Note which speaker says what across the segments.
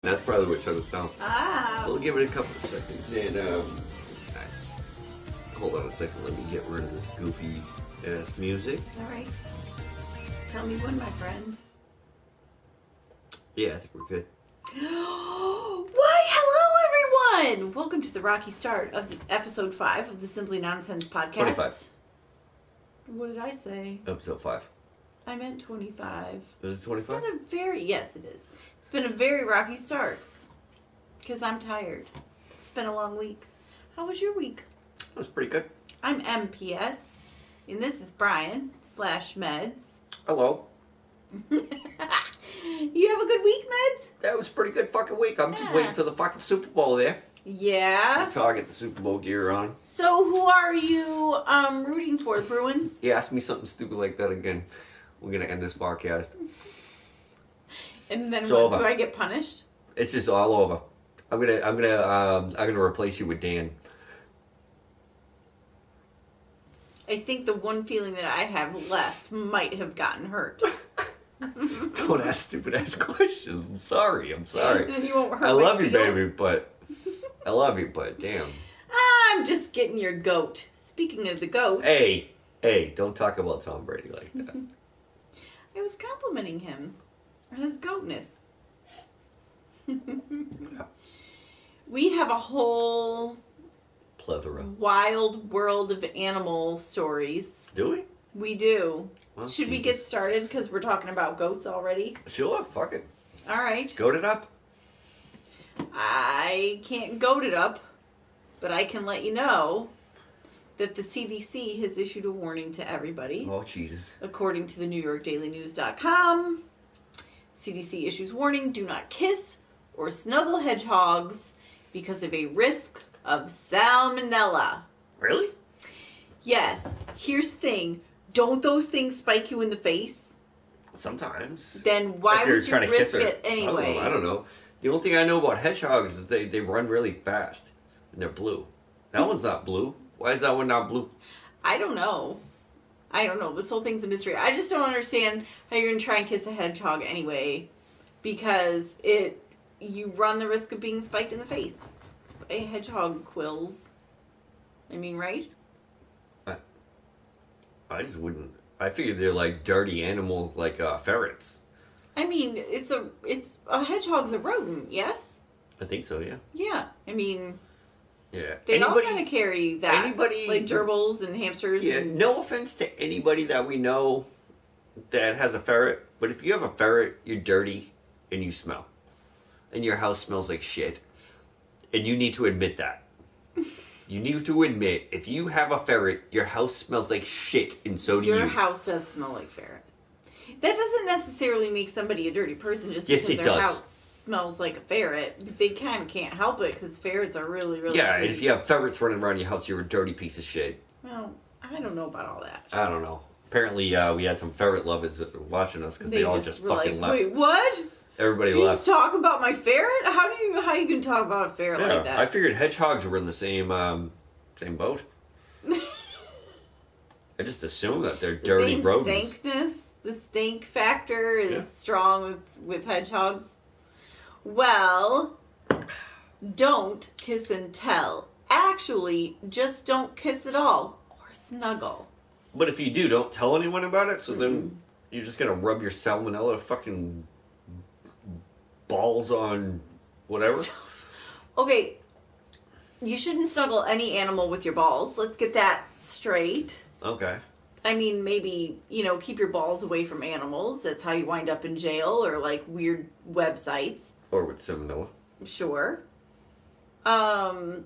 Speaker 1: That's probably what shut us down.
Speaker 2: Ah,
Speaker 1: We'll give it a couple of seconds and um, I- hold on a second. Let me get rid of this goofy ass music.
Speaker 2: all right. Tell me when, my friend.
Speaker 1: Yeah, I think we're good.
Speaker 2: Why, hello, everyone! Welcome to the rocky start of the, episode five of the Simply Nonsense podcast.
Speaker 1: 25.
Speaker 2: What did I say?
Speaker 1: Episode five.
Speaker 2: I meant twenty-five.
Speaker 1: Is it
Speaker 2: It's
Speaker 1: twenty-five?
Speaker 2: been a very yes, it is. It's been a very rocky start because I'm tired. It's been a long week. How was your week?
Speaker 1: That was pretty good.
Speaker 2: I'm MPS, and this is Brian slash Meds.
Speaker 1: Hello.
Speaker 2: you have a good week, Meds.
Speaker 1: That was a pretty good fucking week. I'm just
Speaker 2: Yeah.
Speaker 1: waiting for the fucking Super Bowl there.
Speaker 2: Yeah.
Speaker 1: That's how I get the Super Bowl gear on.
Speaker 2: So who are you um rooting for, Bruins?
Speaker 1: You ask me something stupid like that again. We're gonna end this podcast.
Speaker 2: And then
Speaker 1: It's
Speaker 2: what,
Speaker 1: over.
Speaker 2: do I get punished?
Speaker 1: It's just all over. I'm gonna I'm gonna um, I'm gonna replace you with Dan.
Speaker 2: I think the one feeling that I have left might have gotten hurt.
Speaker 1: Don't ask stupid ass questions. I'm sorry. I'm sorry.
Speaker 2: And you won't hurt
Speaker 1: I
Speaker 2: my
Speaker 1: love you,
Speaker 2: feelings.
Speaker 1: baby, but I love you, but damn.
Speaker 2: I'm just getting your goat. Speaking of the goat,
Speaker 1: Hey, hey, don't talk about Tom Brady like that.
Speaker 2: I was complimenting him on his goatness. we have a whole
Speaker 1: Plethora.
Speaker 2: wild world of animal stories.
Speaker 1: Do we?
Speaker 2: We do.
Speaker 1: Well, mm-hmm.
Speaker 2: Should we
Speaker 1: Jesus.
Speaker 2: get started? Because we're talking about goats already.
Speaker 1: Sure, fuck it.
Speaker 2: All right.
Speaker 1: Goat it up.
Speaker 2: I can't goat it up, but I can let you know that the CDC has issued a warning to everybody.
Speaker 1: Oh, Jesus.
Speaker 2: According to the New York Daily News.com, CDC issues warning do not kiss or snuggle hedgehogs because of a risk of salmonella.
Speaker 1: Really?
Speaker 2: Yes, here's the thing don't those things spike you in the face?
Speaker 1: Sometimes.
Speaker 2: Then why
Speaker 1: If you're
Speaker 2: would you
Speaker 1: trying to kiss
Speaker 2: risk
Speaker 1: her.
Speaker 2: it
Speaker 1: I don't,
Speaker 2: anyway?
Speaker 1: know, I don't know. The only thing I know about hedgehogs is they, they run really fast and they're blue. That one's not blue. Why is that one not blue?
Speaker 2: I don't know. I don't know. This whole thing's a mystery. I just don't understand how you're gonna try and kiss a hedgehog anyway, because it you run the risk of being spiked in the face. A hedgehog quills. I mean, right?
Speaker 1: I just wouldn't. I figured they're like dirty animals like uh, ferrets.
Speaker 2: I mean, it's a it's a hedgehog's a rodent. Yes.
Speaker 1: I think so, yeah.
Speaker 2: Yeah. I mean,
Speaker 1: Yeah.
Speaker 2: they
Speaker 1: Anybody-
Speaker 2: all kind of carry that.
Speaker 1: anybody-
Speaker 2: like gerbils and hamsters.
Speaker 1: Yeah,
Speaker 2: And,
Speaker 1: no offense to anybody that we know that has a ferret, but if you have a ferret, you're dirty and you smell. And your house smells like shit. And you need to admit that. You need to admit if you have a ferret, your house smells like shit, and so do
Speaker 2: your
Speaker 1: you.
Speaker 2: house does smell like ferret. That doesn't necessarily make somebody a dirty person just
Speaker 1: Yes,
Speaker 2: because
Speaker 1: it
Speaker 2: their
Speaker 1: does.
Speaker 2: house smells like a ferret. They kind of can't help it because ferrets are really, really
Speaker 1: yeah, and
Speaker 2: dirty.
Speaker 1: if you have ferrets running around your house, you're a dirty piece of shit.
Speaker 2: Well, I don't know about all that.
Speaker 1: I don't know. Apparently, uh, we had some ferret lovers watching us because they, all just,
Speaker 2: were
Speaker 1: fucking
Speaker 2: like,
Speaker 1: left.
Speaker 2: Wait, what?
Speaker 1: Everybody
Speaker 2: you
Speaker 1: left.
Speaker 2: just talk about my ferret? How do you how you can talk about a ferret
Speaker 1: Yeah,
Speaker 2: like that?
Speaker 1: I figured hedgehogs were in the same um, same boat. I just assume that they're dirty
Speaker 2: Same
Speaker 1: rodents.
Speaker 2: Stankness, the stink factor is
Speaker 1: Yeah.
Speaker 2: strong with with hedgehogs. Well, don't kiss and tell. Actually, just don't kiss at all or snuggle.
Speaker 1: But if you do, don't tell anyone about it. So
Speaker 2: Mm-hmm.
Speaker 1: then you're just gonna rub your salmonella fucking balls on whatever.
Speaker 2: Okay, you shouldn't snuggle any animal with your balls. Let's get that straight.
Speaker 1: Okay.
Speaker 2: I mean, maybe, you know, keep your balls away from animals. That's how you wind up in jail or like weird websites.
Speaker 1: Or with salmonella.
Speaker 2: sure. Um,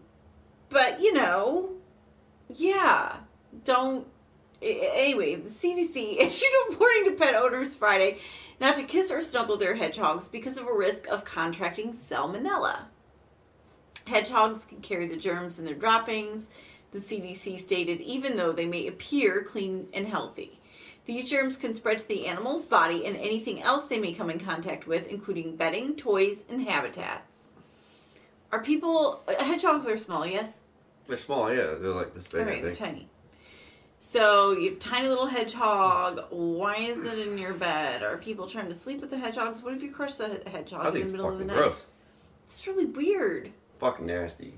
Speaker 2: but you know, yeah, don't. a- a- Anyway, the CDC issued a warning to pet owners Friday not to kiss or snuggle their hedgehogs because of a risk of contracting salmonella. Hedgehogs can carry the germs in their droppings, the CDC stated, even though they may appear clean and healthy. These germs can spread to the animal's body and anything else they may come in contact with, including bedding, toys, and habitats. Are people uh, hedgehogs are small? Yes,
Speaker 1: They're small, yeah. They're like this big.
Speaker 2: all right,
Speaker 1: I
Speaker 2: they're
Speaker 1: think.
Speaker 2: tiny. So you tiny little hedgehog. Why is it in your bed? Are people trying to sleep with the hedgehogs? What if you crush the he- hedgehog
Speaker 1: I
Speaker 2: in
Speaker 1: think
Speaker 2: the
Speaker 1: it's
Speaker 2: middle of the
Speaker 1: fucking
Speaker 2: night?
Speaker 1: gross.
Speaker 2: It's really weird.
Speaker 1: Fucking nasty.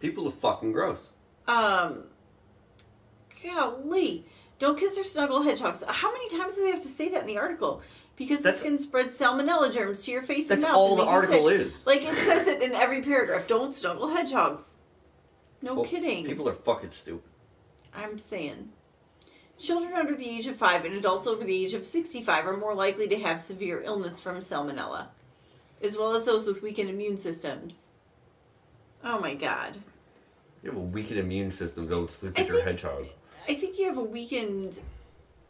Speaker 1: People are fucking gross.
Speaker 2: Um, golly, don't kiss or snuggle hedgehogs. How many times do they have to say that in the article? Because
Speaker 1: That's-
Speaker 2: this can spread salmonella germs to your face
Speaker 1: That's
Speaker 2: and mouth.
Speaker 1: all
Speaker 2: and
Speaker 1: the
Speaker 2: make you
Speaker 1: article
Speaker 2: sick.
Speaker 1: is.
Speaker 2: Like it says it in every paragraph. Don't snuggle hedgehogs. No
Speaker 1: Well,
Speaker 2: kidding.
Speaker 1: People are fucking stupid.
Speaker 2: I'm saying. Children under the age of five and adults over the age of 65 are more likely to have severe illness from salmonella, as well as those with weakened immune systems. Oh my god.
Speaker 1: You have a weakened immune system. Don't sleep
Speaker 2: I
Speaker 1: with your
Speaker 2: think-
Speaker 1: hedgehog.
Speaker 2: I think you have a weakened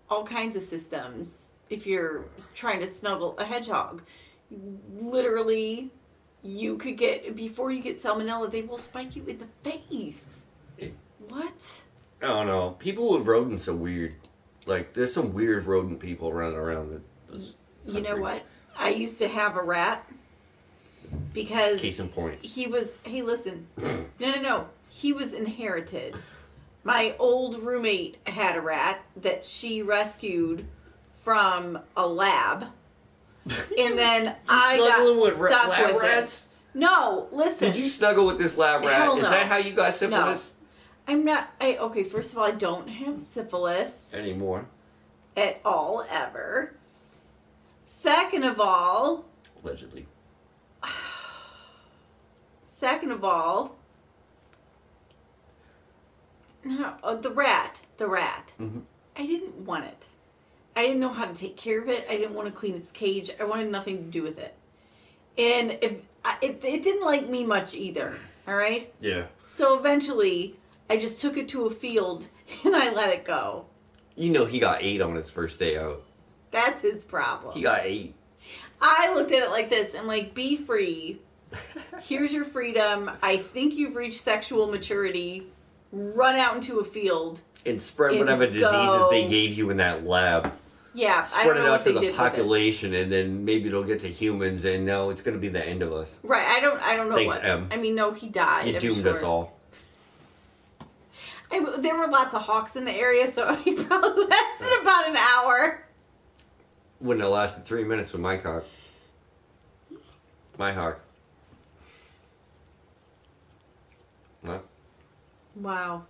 Speaker 2: all kinds of systems if you're trying to snuggle a hedgehog. Literally, you could get, before you get salmonella, they will spike you in the face. What?
Speaker 1: I don't know. People with rodents are weird. Like, there's some weird rodent people running around. That,
Speaker 2: You know
Speaker 1: country.
Speaker 2: what? I used to have a rat because
Speaker 1: case in point.
Speaker 2: he was. Hey, listen. No, no, no. He was inherited. My old roommate had a rat that she rescued from a lab, and then I
Speaker 1: snuggling
Speaker 2: got
Speaker 1: with ra-
Speaker 2: stuck
Speaker 1: lab
Speaker 2: with it.
Speaker 1: rats?
Speaker 2: No, listen.
Speaker 1: Did you snuggle with this lab rat?
Speaker 2: Hell
Speaker 1: Is
Speaker 2: no.
Speaker 1: that how you got syphilis
Speaker 2: I'm not. I okay. First of all, I don't have syphilis
Speaker 1: anymore?
Speaker 2: at all ever. Second of all,
Speaker 1: Allegedly.
Speaker 2: Second of all, no, oh, the rat, the rat.
Speaker 1: Mhm.
Speaker 2: I didn't want it. I didn't know how to take care of it. I didn't want to clean its cage. I wanted nothing to do with it. And if I, it, it didn't like me much either. All right.
Speaker 1: Yeah.
Speaker 2: So eventually, I just took it to a field and I let it go.
Speaker 1: You know he got eight on his first day out.
Speaker 2: That's his problem.
Speaker 1: He got eight.
Speaker 2: I looked at it like this and like, be free. Here's your freedom. I think you've reached sexual maturity. Run out into a field.
Speaker 1: and spread
Speaker 2: And
Speaker 1: whatever diseases they
Speaker 2: go.
Speaker 1: gave you in that lab.
Speaker 2: Yeah, I
Speaker 1: Spread
Speaker 2: don't
Speaker 1: it
Speaker 2: know
Speaker 1: out
Speaker 2: what
Speaker 1: to
Speaker 2: they
Speaker 1: the
Speaker 2: did with it.
Speaker 1: population, and then maybe it'll get to humans. And no, it's going to be the end of us.
Speaker 2: Right. I don't. I don't know
Speaker 1: Thanks,
Speaker 2: what.
Speaker 1: Em.
Speaker 2: I mean, no, he died.
Speaker 1: You
Speaker 2: I'm
Speaker 1: doomed
Speaker 2: sure.
Speaker 1: us all.
Speaker 2: I, there were lots of hawks in the area, so he probably lasted about an hour.
Speaker 1: Wouldn't have lasted three minutes with my cock. My hawk. What?
Speaker 2: Wow.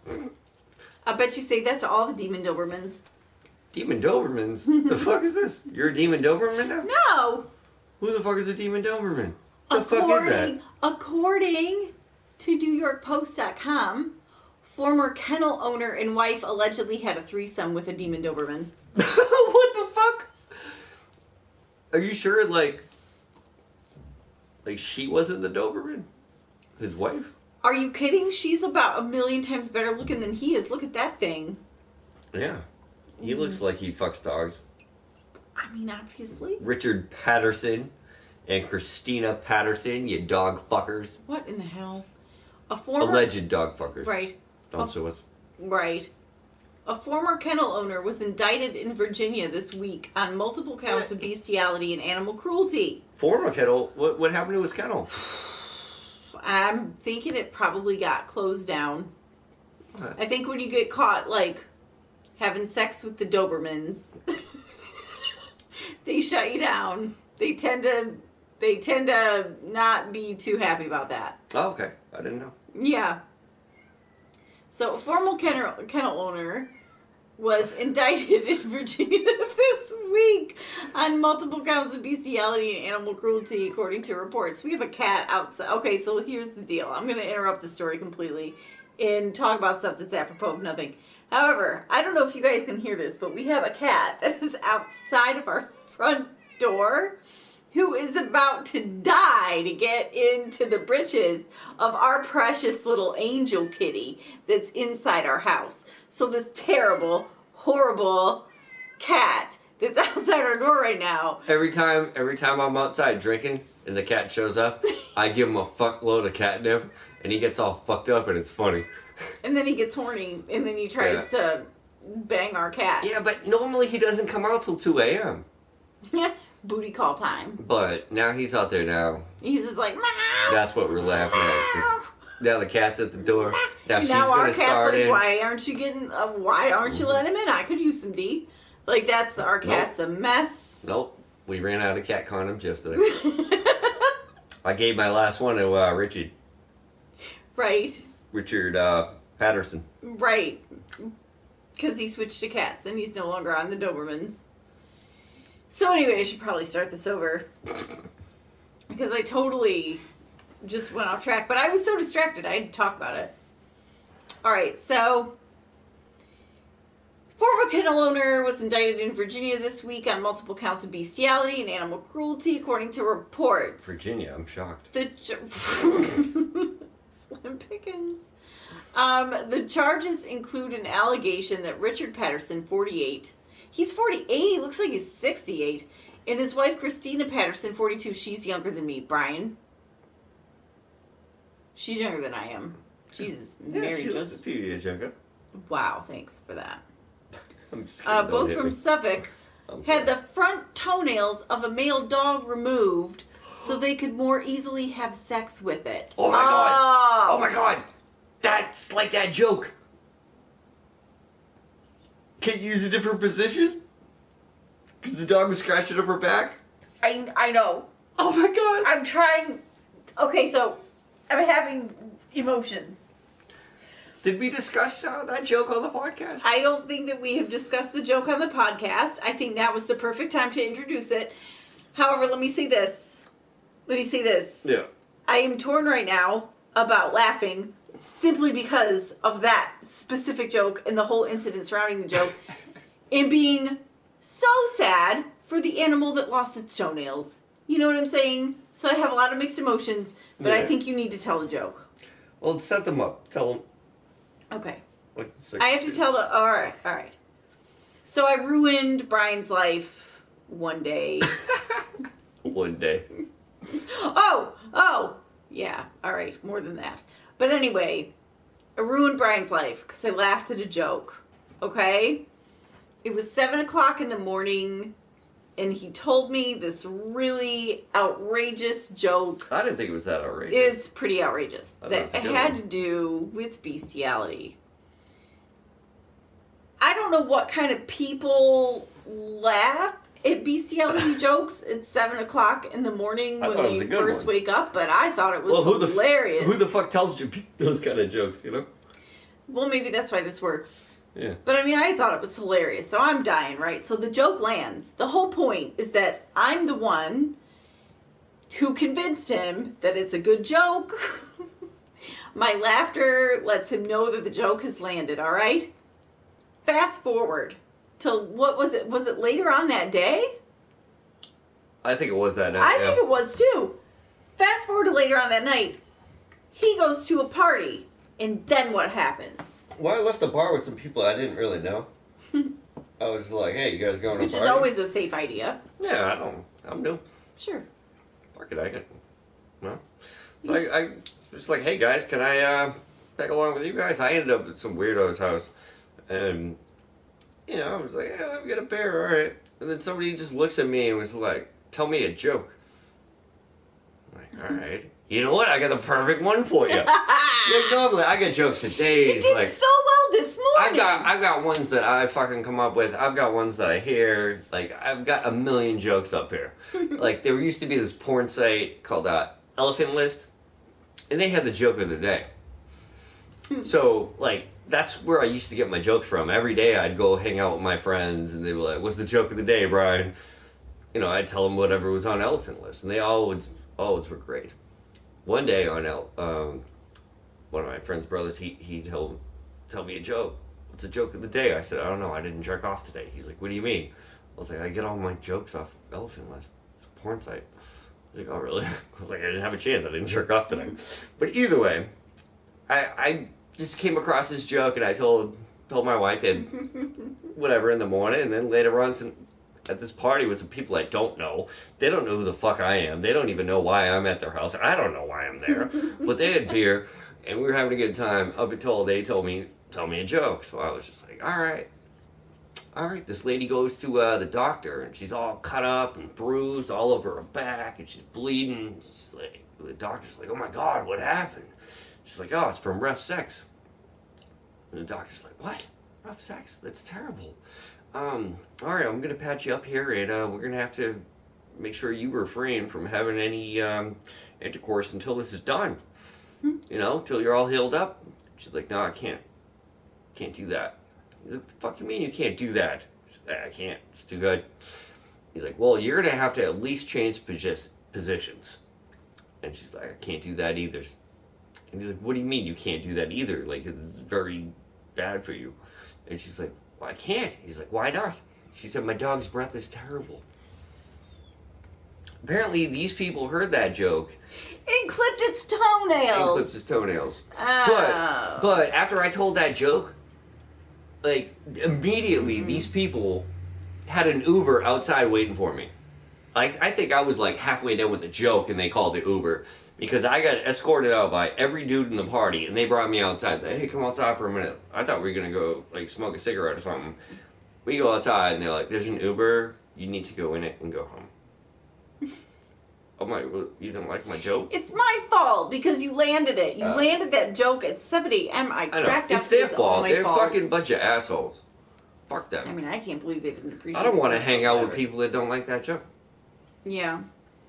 Speaker 2: I bet you say that to all the demon Dobermans.
Speaker 1: Demon Dobermans? the fuck is this? You're a Demon Doberman now?
Speaker 2: No.
Speaker 1: Who the fuck is a Demon Doberman? The fuck is that?
Speaker 2: according, according to NewYorkPost.com, former kennel owner and wife allegedly had a threesome with a demon Doberman.
Speaker 1: what the fuck? Are you sure, like, like she wasn't the Doberman? His wife?
Speaker 2: Are you kidding? She's about a million times better looking than he is. Look at that thing.
Speaker 1: Yeah. He
Speaker 2: Mm-hmm.
Speaker 1: looks like he fucks dogs.
Speaker 2: I mean, obviously.
Speaker 1: Richard Patterson and Christina Patterson, you dog fuckers.
Speaker 2: What in the hell? A former
Speaker 1: Alleged dog fuckers.
Speaker 2: right,
Speaker 1: Don't sue us.
Speaker 2: right. A former kennel owner was indicted in Virginia this week on multiple counts of bestiality and animal cruelty.
Speaker 1: Former kennel. What, what happened to his kennel?
Speaker 2: I'm thinking it probably got closed down. I
Speaker 1: That's-
Speaker 2: think when you get caught like having sex with the Dobermans, they shut you down. They tend to they tend to not be too happy about that.
Speaker 1: Oh, okay. I didn't know.
Speaker 2: Yeah. So a formal kennel, kennel owner was indicted in Virginia this week on multiple counts of bestiality and animal cruelty, according to reports. We have a cat outside. Okay, so here's the deal. I'm going to interrupt the story completely and talk about stuff that's apropos of nothing. However, I don't know if you guys can hear this, but we have a cat that is outside of our front door who is about to die to get into the britches of our precious little angel kitty that's inside our house. So this terrible, horrible cat that's outside our door right now.
Speaker 1: Every time, every time I'm outside drinking and the cat shows up, I give him a fuckload of catnip, and he gets all fucked up, and it's funny.
Speaker 2: And then he gets horny and then he tries to bang our cat.
Speaker 1: Yeah, but normally he doesn't come out till 2 a.m.
Speaker 2: Booty call time.
Speaker 1: But now he's out there now.
Speaker 2: He's just like, Meow!
Speaker 1: That's what we're laughing at. 'cause now the cat's at the door. Now
Speaker 2: And
Speaker 1: she's
Speaker 2: now our
Speaker 1: gonna
Speaker 2: cat's
Speaker 1: start
Speaker 2: like,
Speaker 1: in.
Speaker 2: why aren't you getting? Uh, why aren't you letting him in? I could use some D. Like that's our cat's a mess.
Speaker 1: Nope, we ran out of cat condoms yesterday. I gave my last one to uh, Richard
Speaker 2: Right.
Speaker 1: Richard uh, Patterson.
Speaker 2: Right. Because he switched to cats and he's no longer on the Dobermans. So, anyway, I should probably start this over. Because I totally just went off track. But I was so distracted, I had to talk about it. All right, so. Former kennel owner was indicted in Virginia this week on multiple counts of bestiality and animal cruelty, according to reports.
Speaker 1: Virginia, I'm shocked.
Speaker 2: The ch- Slim Pickens. Um, the charges include an allegation that Richard Patterson, 48, he's 48, he looks like he's 68, and his wife Christina Patterson, 42, she's younger than me, Brian. She's younger than I am. Jesus, Mary
Speaker 1: she was a
Speaker 2: Joseph.
Speaker 1: few years younger.
Speaker 2: Wow, thanks for that.
Speaker 1: I'm just
Speaker 2: Uh,
Speaker 1: kidding, don't
Speaker 2: both
Speaker 1: hit
Speaker 2: from
Speaker 1: me.
Speaker 2: Suffolk
Speaker 1: I'm
Speaker 2: had the
Speaker 1: sorry.
Speaker 2: front toenails of a male dog removed so they could more easily have sex with it.
Speaker 1: Oh my God.
Speaker 2: Oh.
Speaker 1: Oh my god! That's like that joke! Can't you use a different position? Because the dog was scratching up her back?
Speaker 2: I, I know.
Speaker 1: Oh my god!
Speaker 2: I'm trying. Okay, so I'm having emotions.
Speaker 1: Did we discuss uh, that joke on the podcast?
Speaker 2: I don't think that we have discussed the joke on the podcast. I think that was the perfect time to introduce it. However, let me say this. Let me say this.
Speaker 1: yeah.
Speaker 2: I am torn right now about laughing simply because of that specific joke and the whole incident surrounding the joke and being so sad for the animal that lost its toenails. You know what I'm saying? So I have a lot of mixed emotions, but I
Speaker 1: Yeah.
Speaker 2: think you need to tell the joke.
Speaker 1: Well, set them up. Tell them.
Speaker 2: Okay.
Speaker 1: Like, it's like-
Speaker 2: I have to tell the. All right, all right. So I ruined Brian's life one day.
Speaker 1: One day.
Speaker 2: oh, oh, yeah. All right, more than that. But anyway, I ruined Brian's life because I laughed at a joke. Okay, it was seven o'clock in the morning, and he told me this really outrageous joke.
Speaker 1: I didn't think it was that outrageous.
Speaker 2: It's pretty outrageous
Speaker 1: I thought it
Speaker 2: that
Speaker 1: Oh, was a
Speaker 2: it
Speaker 1: good
Speaker 2: had
Speaker 1: one.
Speaker 2: to do with bestiality. I don't know what kind of people laugh at bestiality jokes at seven o'clock in the morning
Speaker 1: I
Speaker 2: when
Speaker 1: thought it
Speaker 2: they
Speaker 1: was a good
Speaker 2: first
Speaker 1: one.
Speaker 2: wake up, but I thought it was
Speaker 1: Well, who the-
Speaker 2: hilarious.
Speaker 1: Who the fuck tells you those kind of jokes, you know?
Speaker 2: well, maybe that's why this works.
Speaker 1: Yeah.
Speaker 2: But I mean, I thought it was hilarious, so I'm dying, right? So the joke lands. The whole point is that I'm the one who convinced him that it's a good joke. My laughter lets him know that the joke has landed, all right? Fast forward to what was it? Was it later on that day?
Speaker 1: I think it was that night.
Speaker 2: I
Speaker 1: yeah.
Speaker 2: think it was too. Fast forward to later on that night. He goes to a party, and then what happens?
Speaker 1: Well, I left the bar with some people I didn't really know. I was just like, hey, you guys going to
Speaker 2: Which
Speaker 1: a
Speaker 2: is
Speaker 1: party?
Speaker 2: always a safe idea.
Speaker 1: Yeah, I don't. I'm new.
Speaker 2: Sure.
Speaker 1: Fuck it, I can. Well, so I, I just like, hey guys, can I uh, tag along with you guys? I ended up at some weirdo's house, and you know, I was like, yeah, let me get a beer, all right. And then somebody just looks at me and was like, tell me a joke. I'm like, all right. You know what? I got the perfect one for you. Like, normally, I get jokes for
Speaker 2: You
Speaker 1: days.
Speaker 2: did
Speaker 1: Like,
Speaker 2: so well this
Speaker 1: I've
Speaker 2: morning.
Speaker 1: got I've got ones that I fucking come up with. I've got ones that I hear. Like I've got a million jokes up here. like there used to be this porn site called uh, Elephant List, and they had the joke of the day.
Speaker 2: Hmm.
Speaker 1: so like that's where I used to get my jokes from. Every day I'd go hang out with my friends, and they were like, "What's the joke of the day, Brian?" You know, I'd tell them whatever was on Elephant List, and they always always were great. One day on El, um, one of my friend's brothers, he he told tell me a joke. What's a joke of the day? I said, I don't know. I didn't jerk off today. He's like, What do you mean? I was like, I get all my jokes off Elephant List. It's a porn site. He's like, Oh, really? I was like, I didn't have a chance. I didn't jerk off today. But either way, I I just came across this joke and I told told my wife and whatever in the morning, and then later on to, at this party with some people I don't know. They don't know who the fuck I am. They don't even know why I'm at their house. I don't know why I'm there. but they had beer, and we were having a good time up until they told me tell me a joke. So I was just like, all right. All right, this lady goes to uh, the doctor and she's all cut up and bruised all over her back and she's bleeding. She's like, the doctor's like, oh my god, what happened? She's like, oh, it's from rough sex. And the doctor's like, what? Rough sex? That's terrible. Um, all right, I'm gonna patch you up here, and uh, we're gonna have to make sure you refrain from having any um, intercourse until this is done.
Speaker 2: Hmm.
Speaker 1: You know, till you're all healed up. She's like, no, I can't, can't do that. He's like, what the fuck you mean you can't do that? She's like, I can't. It's too good. He's like, well, you're gonna have to at least change posi- positions. And she's like, I can't do that either. And he's like, what do you mean you can't do that either? Like, it's very bad for you. And she's like, well, I can't. He's like, why not? She said, my dog's breath is terrible. Apparently, these people heard that joke
Speaker 2: It clipped its
Speaker 1: and
Speaker 2: toenails.
Speaker 1: clipped his toenails.
Speaker 2: oh.
Speaker 1: But after I told that joke, like, immediately
Speaker 2: Mhm.
Speaker 1: these people had an Uber outside waiting for me. I, I think I was like halfway done with the joke and they called the Uber because I got escorted out by every dude in the party and they brought me outside. Like, hey, come outside for a minute. I thought we were going to go like smoke a cigarette or something. We go outside and they're like, there's an Uber. You need to go in it and go home. I'm like, well, you didn't like my joke?
Speaker 2: It's my fault because you landed it. You
Speaker 1: Uh,
Speaker 2: landed that joke at 70 M. I
Speaker 1: I know.
Speaker 2: cracked up.
Speaker 1: It's their
Speaker 2: is all
Speaker 1: fault.
Speaker 2: my
Speaker 1: They're a
Speaker 2: fault.
Speaker 1: fucking bunch of assholes. Fuck them.
Speaker 2: I mean, I can't believe they didn't appreciate
Speaker 1: I don't want to
Speaker 2: it.
Speaker 1: hang out with
Speaker 2: Whatever.
Speaker 1: people that don't like that joke.
Speaker 2: Yeah.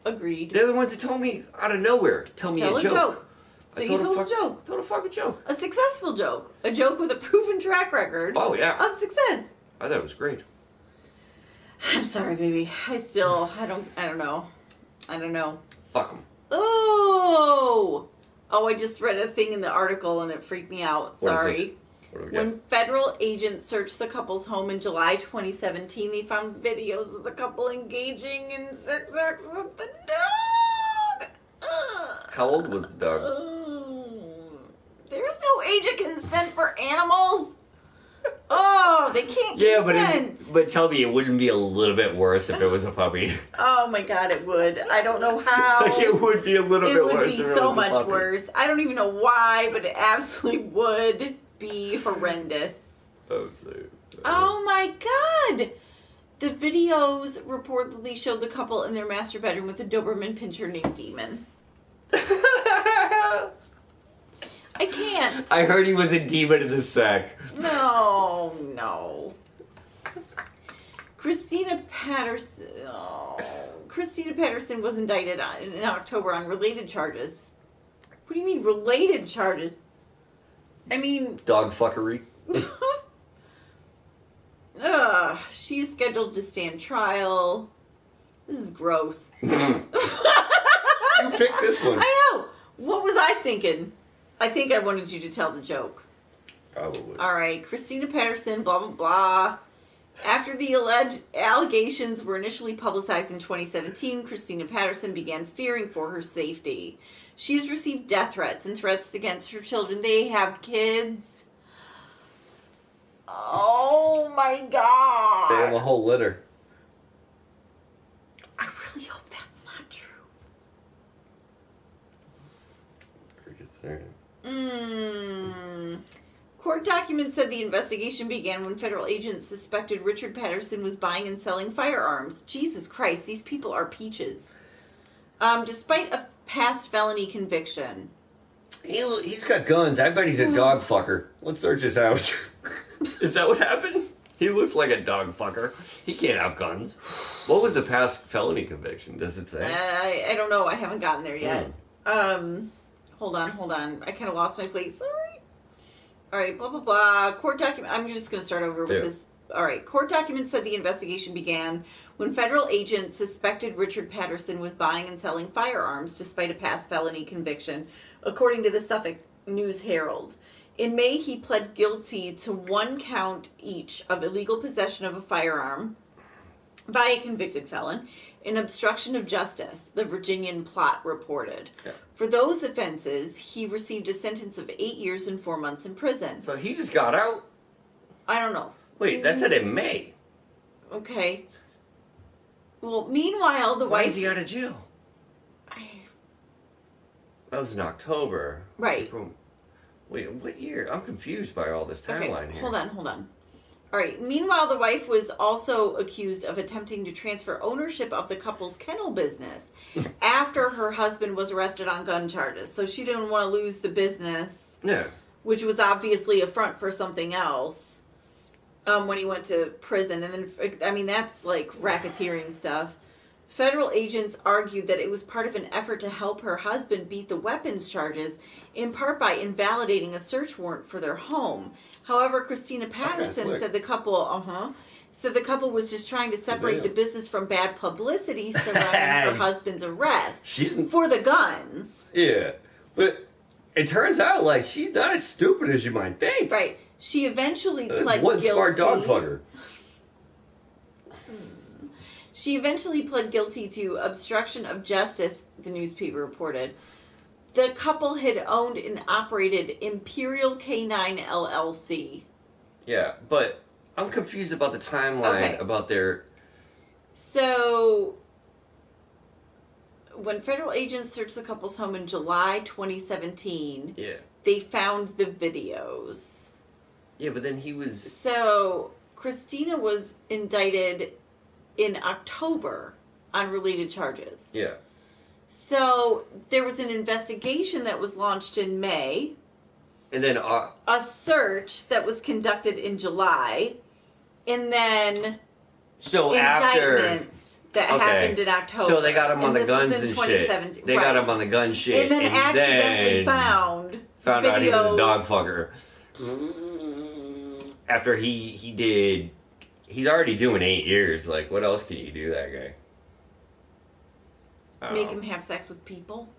Speaker 2: Agreed.
Speaker 1: They're the ones that told me out of nowhere, tell me
Speaker 2: Tell
Speaker 1: a joke.
Speaker 2: So
Speaker 1: I
Speaker 2: you
Speaker 1: told
Speaker 2: told
Speaker 1: a
Speaker 2: a
Speaker 1: fuck-
Speaker 2: joke.
Speaker 1: Told a fucking joke.
Speaker 2: A successful joke. A joke with a proven track record
Speaker 1: Oh yeah,
Speaker 2: of success.
Speaker 1: I thought it was great.
Speaker 2: I'm sorry, baby. I still, I don't, I don't know. I don't know.
Speaker 1: Fuck them.
Speaker 2: Oh, oh! I just read a thing in the article and it freaked me out.
Speaker 1: What is
Speaker 2: Sorry.
Speaker 1: What do we got?
Speaker 2: When federal agents searched the couple's home in July 2017, they found videos of the couple engaging in sex acts with the dog. Ugh.
Speaker 1: How old was the
Speaker 2: Uh,
Speaker 1: dog?
Speaker 2: Oh, There's no age of consent for animals. Oh, they can't
Speaker 1: Yeah, but
Speaker 2: consent.
Speaker 1: it, but tell me, it wouldn't be a little bit worse if it was a puppy.
Speaker 2: oh my god, it would. I don't know how.
Speaker 1: like it would be a little
Speaker 2: it
Speaker 1: bit
Speaker 2: would
Speaker 1: worse.
Speaker 2: be
Speaker 1: if it
Speaker 2: so
Speaker 1: was a
Speaker 2: much
Speaker 1: puppy.
Speaker 2: worse. I don't even know why, but it absolutely would be horrendous.
Speaker 1: Oh, so-
Speaker 2: Oh my god! The videos reportedly showed the couple in their master bedroom with a Doberman pincher named Demon. I can't.
Speaker 1: I heard he was a demon in the sack.
Speaker 2: No, no. Christina Patterson. Oh, Christina Patterson was indicted on, in October on related charges. What do you mean related charges? I mean,
Speaker 1: Dog fuckery.
Speaker 2: Ugh, she is scheduled to stand trial. This is gross.
Speaker 1: you
Speaker 2: you
Speaker 1: picked this one.
Speaker 2: I know. What was I thinking? I think I wanted you to tell the joke.
Speaker 1: Probably.
Speaker 2: All right, Christina Patterson, blah blah blah. After the alleged allegations were initially publicized in 2017, Christina Patterson began fearing for her safety. She's received death threats and threats against her children. They have kids. Oh my
Speaker 1: They have a
Speaker 2: god.
Speaker 1: whole litter.
Speaker 2: I really hope that's not true.
Speaker 1: Crickets there.
Speaker 2: Mm. Court documents said the investigation began when federal agents suspected Richard Patterson was buying and selling firearms. Jesus Christ, these people are peaches. Um, despite a past felony conviction.
Speaker 1: He, he's got guns. I bet he's
Speaker 2: Hmm.
Speaker 1: a dog fucker. Let's search his house. Is that what happened? He looks like a dog fucker. He can't have guns. What was the past felony conviction? Does it say?
Speaker 2: I, I don't know. I haven't gotten there yet.
Speaker 1: Hmm.
Speaker 2: Um, hold on, hold on. I kind of lost my place. Sorry. All right, blah blah blah. Court document. I'm just going to start over with
Speaker 1: Yeah.
Speaker 2: this. All right. Court documents said the investigation began when federal agents suspected Richard Patterson was buying and selling firearms, despite a past felony conviction, according to the Suffolk News Herald. In May, he pled guilty to one count each of illegal possession of a firearm by a convicted felon and obstruction of justice, the Virginian plot reported.
Speaker 1: Yeah.
Speaker 2: For those offenses, he received a sentence of eight years and four months in prison.
Speaker 1: So he just got out.
Speaker 2: I don't know.
Speaker 1: Wait, that said in May.
Speaker 2: Okay. Well, meanwhile, the
Speaker 1: Why
Speaker 2: wife.
Speaker 1: is he out of jail?
Speaker 2: I-
Speaker 1: That was in October.
Speaker 2: Right.
Speaker 1: April- Wait, what year? I'm confused by all this
Speaker 2: Okay,
Speaker 1: timeline here.
Speaker 2: hold on, hold on. All right. Meanwhile, the wife was also accused of attempting to transfer ownership of the couple's kennel business after her husband was arrested on gun charges. So she didn't want to lose the business,
Speaker 1: Yeah.
Speaker 2: which was obviously a front for something else. Um, when he went to prison, and then I mean that's like racketeering stuff. Federal agents argued that it was part of an effort to help her husband beat the weapons charges, in part by invalidating a search warrant for their home. However, Christina
Speaker 1: kinda
Speaker 2: Patterson
Speaker 1: slick.
Speaker 2: said the couple, uh huh, said the couple was just trying to separate
Speaker 1: Damn.
Speaker 2: the business from bad publicity surrounding her husband's arrest
Speaker 1: She's
Speaker 2: for the guns.
Speaker 1: yeah, but it turns out like she's not as stupid as you might think.
Speaker 2: Right. She eventually
Speaker 1: That's
Speaker 2: pled
Speaker 1: one
Speaker 2: guilty.
Speaker 1: smart Uh, dog fucker.
Speaker 2: She eventually pled guilty to obstruction of justice, the newspaper reported. The couple had owned and operated Imperial K9 LLC.
Speaker 1: Yeah, but I'm confused about the timeline
Speaker 2: Okay.
Speaker 1: about their
Speaker 2: So, when federal agents searched the couple's home in July 2017,
Speaker 1: yeah
Speaker 2: they found the videos.
Speaker 1: yeah. But then he was
Speaker 2: So, Christina was indicted in October on related charges.
Speaker 1: yeah
Speaker 2: So there was an investigation that was launched in May,
Speaker 1: and then uh,
Speaker 2: a search that was conducted in July, and then
Speaker 1: so Oh, after
Speaker 2: indictments that
Speaker 1: Okay.
Speaker 2: happened in October.
Speaker 1: so they got him on
Speaker 2: And
Speaker 1: the
Speaker 2: this was
Speaker 1: guns
Speaker 2: in
Speaker 1: and
Speaker 2: 2017.
Speaker 1: shit. They got
Speaker 2: Right.
Speaker 1: him on the gun shit,
Speaker 2: and then accidentally
Speaker 1: then
Speaker 2: found
Speaker 1: found out he was a
Speaker 2: videos.
Speaker 1: dog fucker. After he he did, he's already doing eight years. Like, what else can you do, that guy? I don't
Speaker 2: make
Speaker 1: know.
Speaker 2: him have sex with people.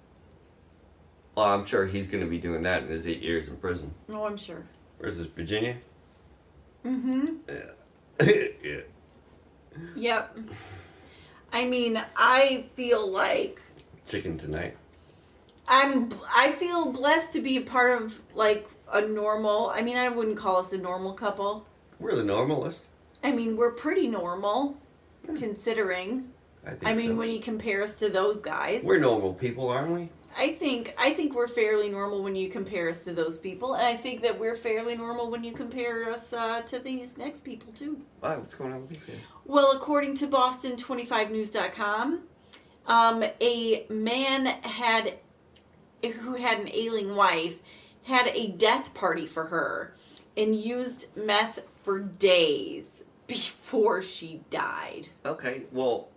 Speaker 1: Well, I'm sure he's going to be doing that in his eight years in prison.
Speaker 2: No, I'm sure.
Speaker 1: Where's this, Virginia?
Speaker 2: Mm-hmm.
Speaker 1: Yeah. yeah.
Speaker 2: Yep. I mean, I feel like
Speaker 1: Chicken tonight.
Speaker 2: I'm I feel blessed to be a part of like a normal. I mean, I wouldn't call us a normal couple.
Speaker 1: We're the normalist.
Speaker 2: I mean, we're pretty normal
Speaker 1: Hmm.
Speaker 2: considering.
Speaker 1: I think
Speaker 2: I mean,
Speaker 1: so.
Speaker 2: when you compare us to those guys,
Speaker 1: We're normal people, aren't we?
Speaker 2: I think I think we're fairly normal when you compare us to those people, and I think that we're fairly normal when you compare us uh, to these next people too.
Speaker 1: Wow, what's going on with you?
Speaker 2: Well, according to Boston25News.com, um, a man had who had an ailing wife had a death party for her and used meth for days before she died.
Speaker 1: Okay, well,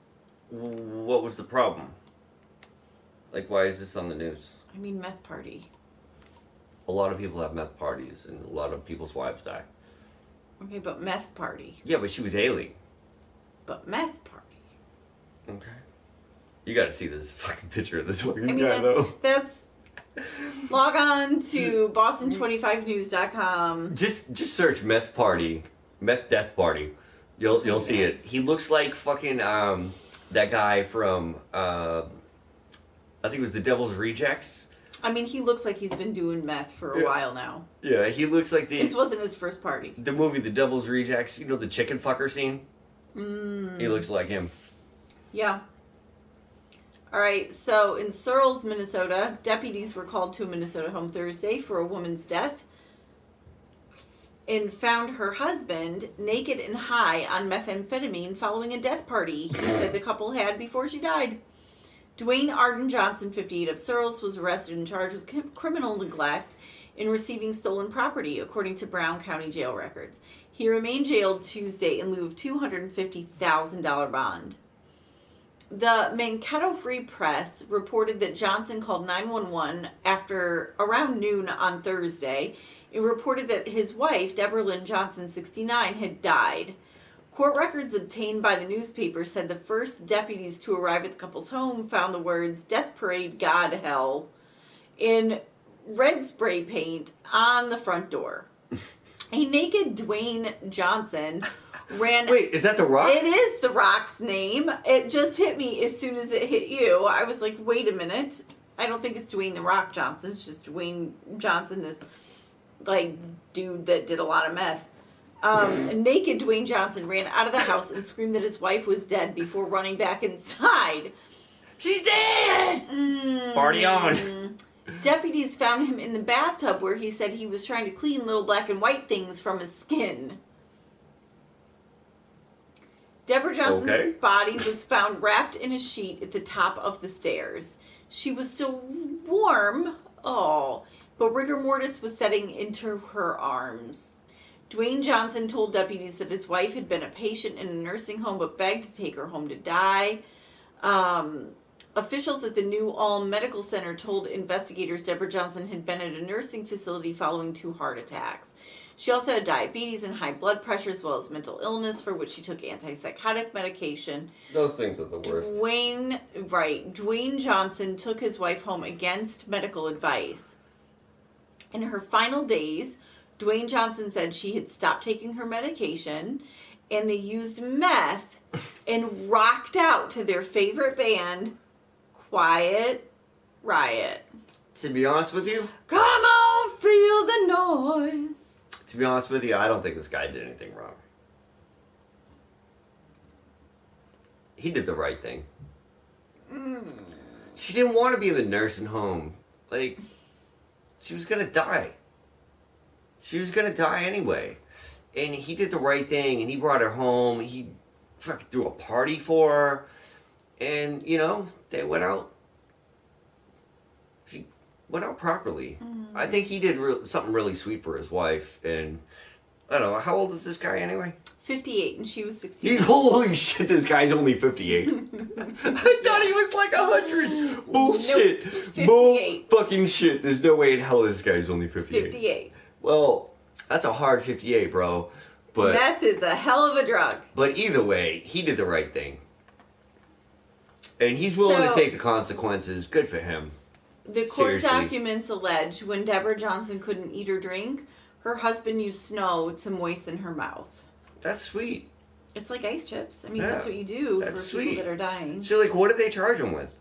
Speaker 1: w- what was the problem? Like, why is this on the news?
Speaker 2: I mean, meth party.
Speaker 1: A lot of people have meth parties, and a lot of people's wives die.
Speaker 2: Okay, but meth party.
Speaker 1: Yeah, but she was ailing.
Speaker 2: But meth party.
Speaker 1: Okay. You gotta see this fucking picture of this fucking
Speaker 2: I mean,
Speaker 1: guy,
Speaker 2: that's,
Speaker 1: though.
Speaker 2: that's log on to Boston25News.com.
Speaker 1: Just just search meth party, meth death party. You'll you'll see it. He looks like fucking um that guy from um I think it was the Devil's Rejects.
Speaker 2: I mean, he looks like he's been doing meth for a
Speaker 1: Yeah.
Speaker 2: while now.
Speaker 1: Yeah, he looks like the
Speaker 2: This wasn't his first party.
Speaker 1: the movie The Devil's Rejects. You know the chicken fucker scene.
Speaker 2: Mm,
Speaker 1: He looks like him.
Speaker 2: yeah. All right. So in Searles, Minnesota, deputies were called to a Minnesota home Thursday for a woman's death, and found her husband naked and high on methamphetamine following a death party he said the couple had before she died. Dwayne Arden Johnson, 58 of Searles, was arrested and charged with c- criminal neglect in receiving stolen property, according to Brown County jail records. He remained jailed Tuesday in lieu of $250,000 bond. The Mankato Free Press reported that Johnson called 911 after around noon on Thursday and reported that his wife, Deborah Lynn Johnson, 69, had died. Court records obtained by the newspaper said the first deputies to arrive at the couple's home found the words Death Parade, God, Hell in red spray paint on the front door. A naked Dwayne Johnson ran
Speaker 1: Wait, is that the rock?
Speaker 2: it is The Rock's name. It just hit me as soon as it hit you. I was like, wait a minute. I don't think it's Dwayne The Rock Johnson. It's just Dwayne Johnson, this like dude that did a lot of meth. Um, naked Dwayne Johnson ran out of the house and screamed that his wife was dead before running back inside.
Speaker 1: She's dead.
Speaker 2: Mm.
Speaker 1: Party on.
Speaker 2: Deputies found him in the bathtub where he said he was trying to clean little black and white things from his skin. Deborah Johnson's
Speaker 1: Okay.
Speaker 2: body was found wrapped in a sheet at the top of the stairs. She was still warm, oh, but rigor mortis was setting into her arms. Dwayne Johnson told deputies that his wife had been a patient in a nursing home but begged to take her home to die. Um, officials at the New Ulm Medical Center told investigators Deborah Johnson had been at a nursing facility following two heart attacks. She also had diabetes and high blood pressure, as well as mental illness, for which she took antipsychotic medication.
Speaker 1: Those things are the worst.
Speaker 2: Dwayne, right, Dwayne Johnson took his wife home against medical advice. In her final days, Dwayne Johnson said she had stopped taking her medication and they used meth and rocked out to their favorite band, Quiet Riot.
Speaker 1: To be honest with you,
Speaker 2: Come on, feel the noise.
Speaker 1: to be honest with you, I don't think this guy did anything wrong. He did the right thing.
Speaker 2: Mm.
Speaker 1: She didn't want to be in the nursing home. Like, she was gonna die. She was gonna die anyway. And he did the right thing, and he brought her home. He fucking threw a party for her, and you know they went out. She went out properly. I think he did real something really sweet for his wife, and I don't know how old is this guy anyway.
Speaker 2: 58 and she was 16.
Speaker 1: He's holy shit! This guy's only fifty-eight. I thought he was like a hundred. Bullshit.
Speaker 2: Nope.
Speaker 1: Bull
Speaker 2: 58.
Speaker 1: fucking shit. There's no way in hell this guy's only 58.
Speaker 2: 58.
Speaker 1: Well, that's a hard 58, bro. But
Speaker 2: Meth is a hell of a drug.
Speaker 1: but either way, he did the right thing. And he's willing
Speaker 2: So-
Speaker 1: to take the consequences. Good for him.
Speaker 2: The court
Speaker 1: Seriously.
Speaker 2: documents allege when Deborah Johnson couldn't eat or drink, her husband used snow to moisten her mouth.
Speaker 1: That's sweet.
Speaker 2: It's like ice chips. I mean,
Speaker 1: Yeah,
Speaker 2: that's what you do for people
Speaker 1: that's sweet.
Speaker 2: that are dying.
Speaker 1: So like what did they charge him with?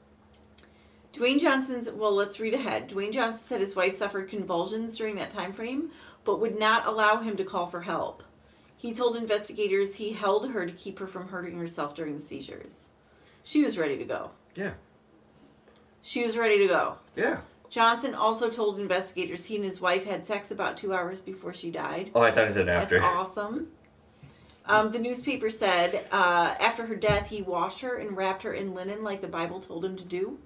Speaker 2: Dwayne Johnson's well, let's read ahead. Dwayne Johnson said his wife suffered convulsions during that time frame, but would not allow him to call for help. He told investigators he held her to keep her from hurting herself during the seizures. She was ready to go.
Speaker 1: Yeah.
Speaker 2: She was ready to go.
Speaker 1: Yeah.
Speaker 2: Johnson also told investigators he and his wife had sex about two hours before she died.
Speaker 1: Oh, I thought he said after.
Speaker 2: That's awesome. Um, the newspaper said uh, after her death, he washed her and wrapped her in linen like the Bible told him to do.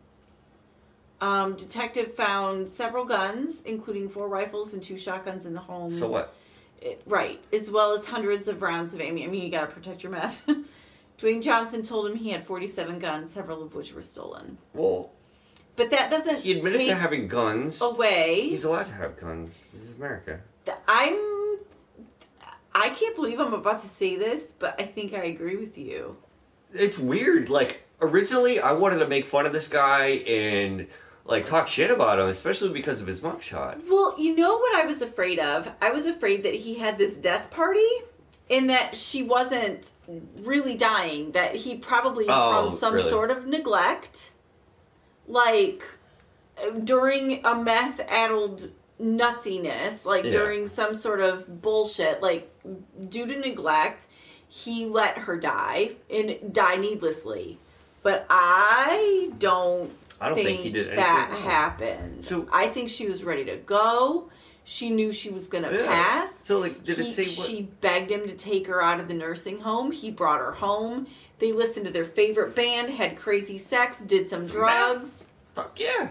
Speaker 2: Um, detective found several guns, including four rifles and two shotguns in the home.
Speaker 1: So what?
Speaker 2: It- right, as well as hundreds of rounds of ammunition. I mean, you got to protect your meth. Dwayne Johnson told him he had 47 guns, several of which were stolen.
Speaker 1: Well,
Speaker 2: But that doesn't
Speaker 1: he admitted
Speaker 2: take
Speaker 1: to having guns.
Speaker 2: Oh, away.
Speaker 1: He's allowed to have guns. This is America.
Speaker 2: Th- I'm. I can't believe I'm about to say this, but I think I agree with you.
Speaker 1: it's weird. Like originally, I wanted to make fun of this guy and like talk shit about him, especially because of his mugshot.
Speaker 2: Well, you know what I was afraid of? I was afraid that he had this death party and that she wasn't really dying, that he probably
Speaker 1: Oh,
Speaker 2: from some
Speaker 1: really?
Speaker 2: sort of neglect, like during a meth addled nutsiness, like
Speaker 1: Yeah.
Speaker 2: during some sort of bullshit, like due to neglect, he let her die and die needlessly. But I don't
Speaker 1: I don't think, he did anything.
Speaker 2: that
Speaker 1: wrong.
Speaker 2: happened.
Speaker 1: So-
Speaker 2: I think she was ready to go. She knew she was gonna
Speaker 1: Yeah.
Speaker 2: pass.
Speaker 1: So like, did
Speaker 2: He-
Speaker 1: it say what?
Speaker 2: she begged him to take her out of the nursing home. He brought her home. They listened to their favorite band, had crazy sex, did some,
Speaker 1: Some meth.
Speaker 2: drugs.
Speaker 1: Fuck yeah!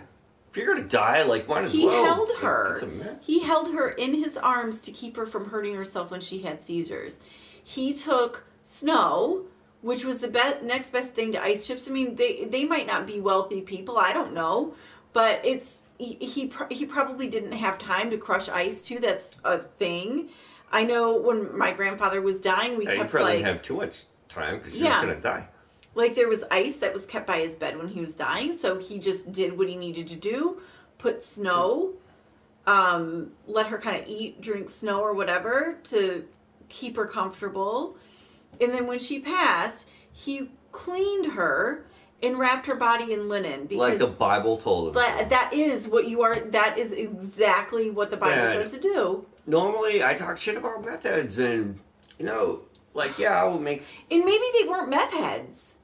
Speaker 1: If you're gonna die, like might as
Speaker 2: He
Speaker 1: well.
Speaker 2: held her.
Speaker 1: It's a mess.
Speaker 2: He held her in his arms to keep her from hurting herself when she had seizures. He took snow, which was the best next best thing to ice chips. I mean, they they might not be wealthy people. I don't know, but it's he he, pr- he probably didn't have time to crush ice too. That's a thing. I know when my grandfather was dying, we
Speaker 1: Yeah, you
Speaker 2: kept
Speaker 1: probably
Speaker 2: like
Speaker 1: didn't have too much time because she
Speaker 2: Yeah.
Speaker 1: was gonna die.
Speaker 2: like there was ice that was kept by his bed when he was dying, so he just did what he needed to do, put snow, um, let her kind of eat, drink snow or whatever to keep her comfortable. And then when she passed, he cleaned her and wrapped her body in linen
Speaker 1: Like
Speaker 2: because
Speaker 1: the Bible told him.
Speaker 2: but
Speaker 1: to.
Speaker 2: that is what you are that is exactly what the Bible
Speaker 1: Yeah, I
Speaker 2: says to do.
Speaker 1: Normally, I talk shit about methods, and you know, like yeah, I will make.
Speaker 2: And maybe they weren't meth heads.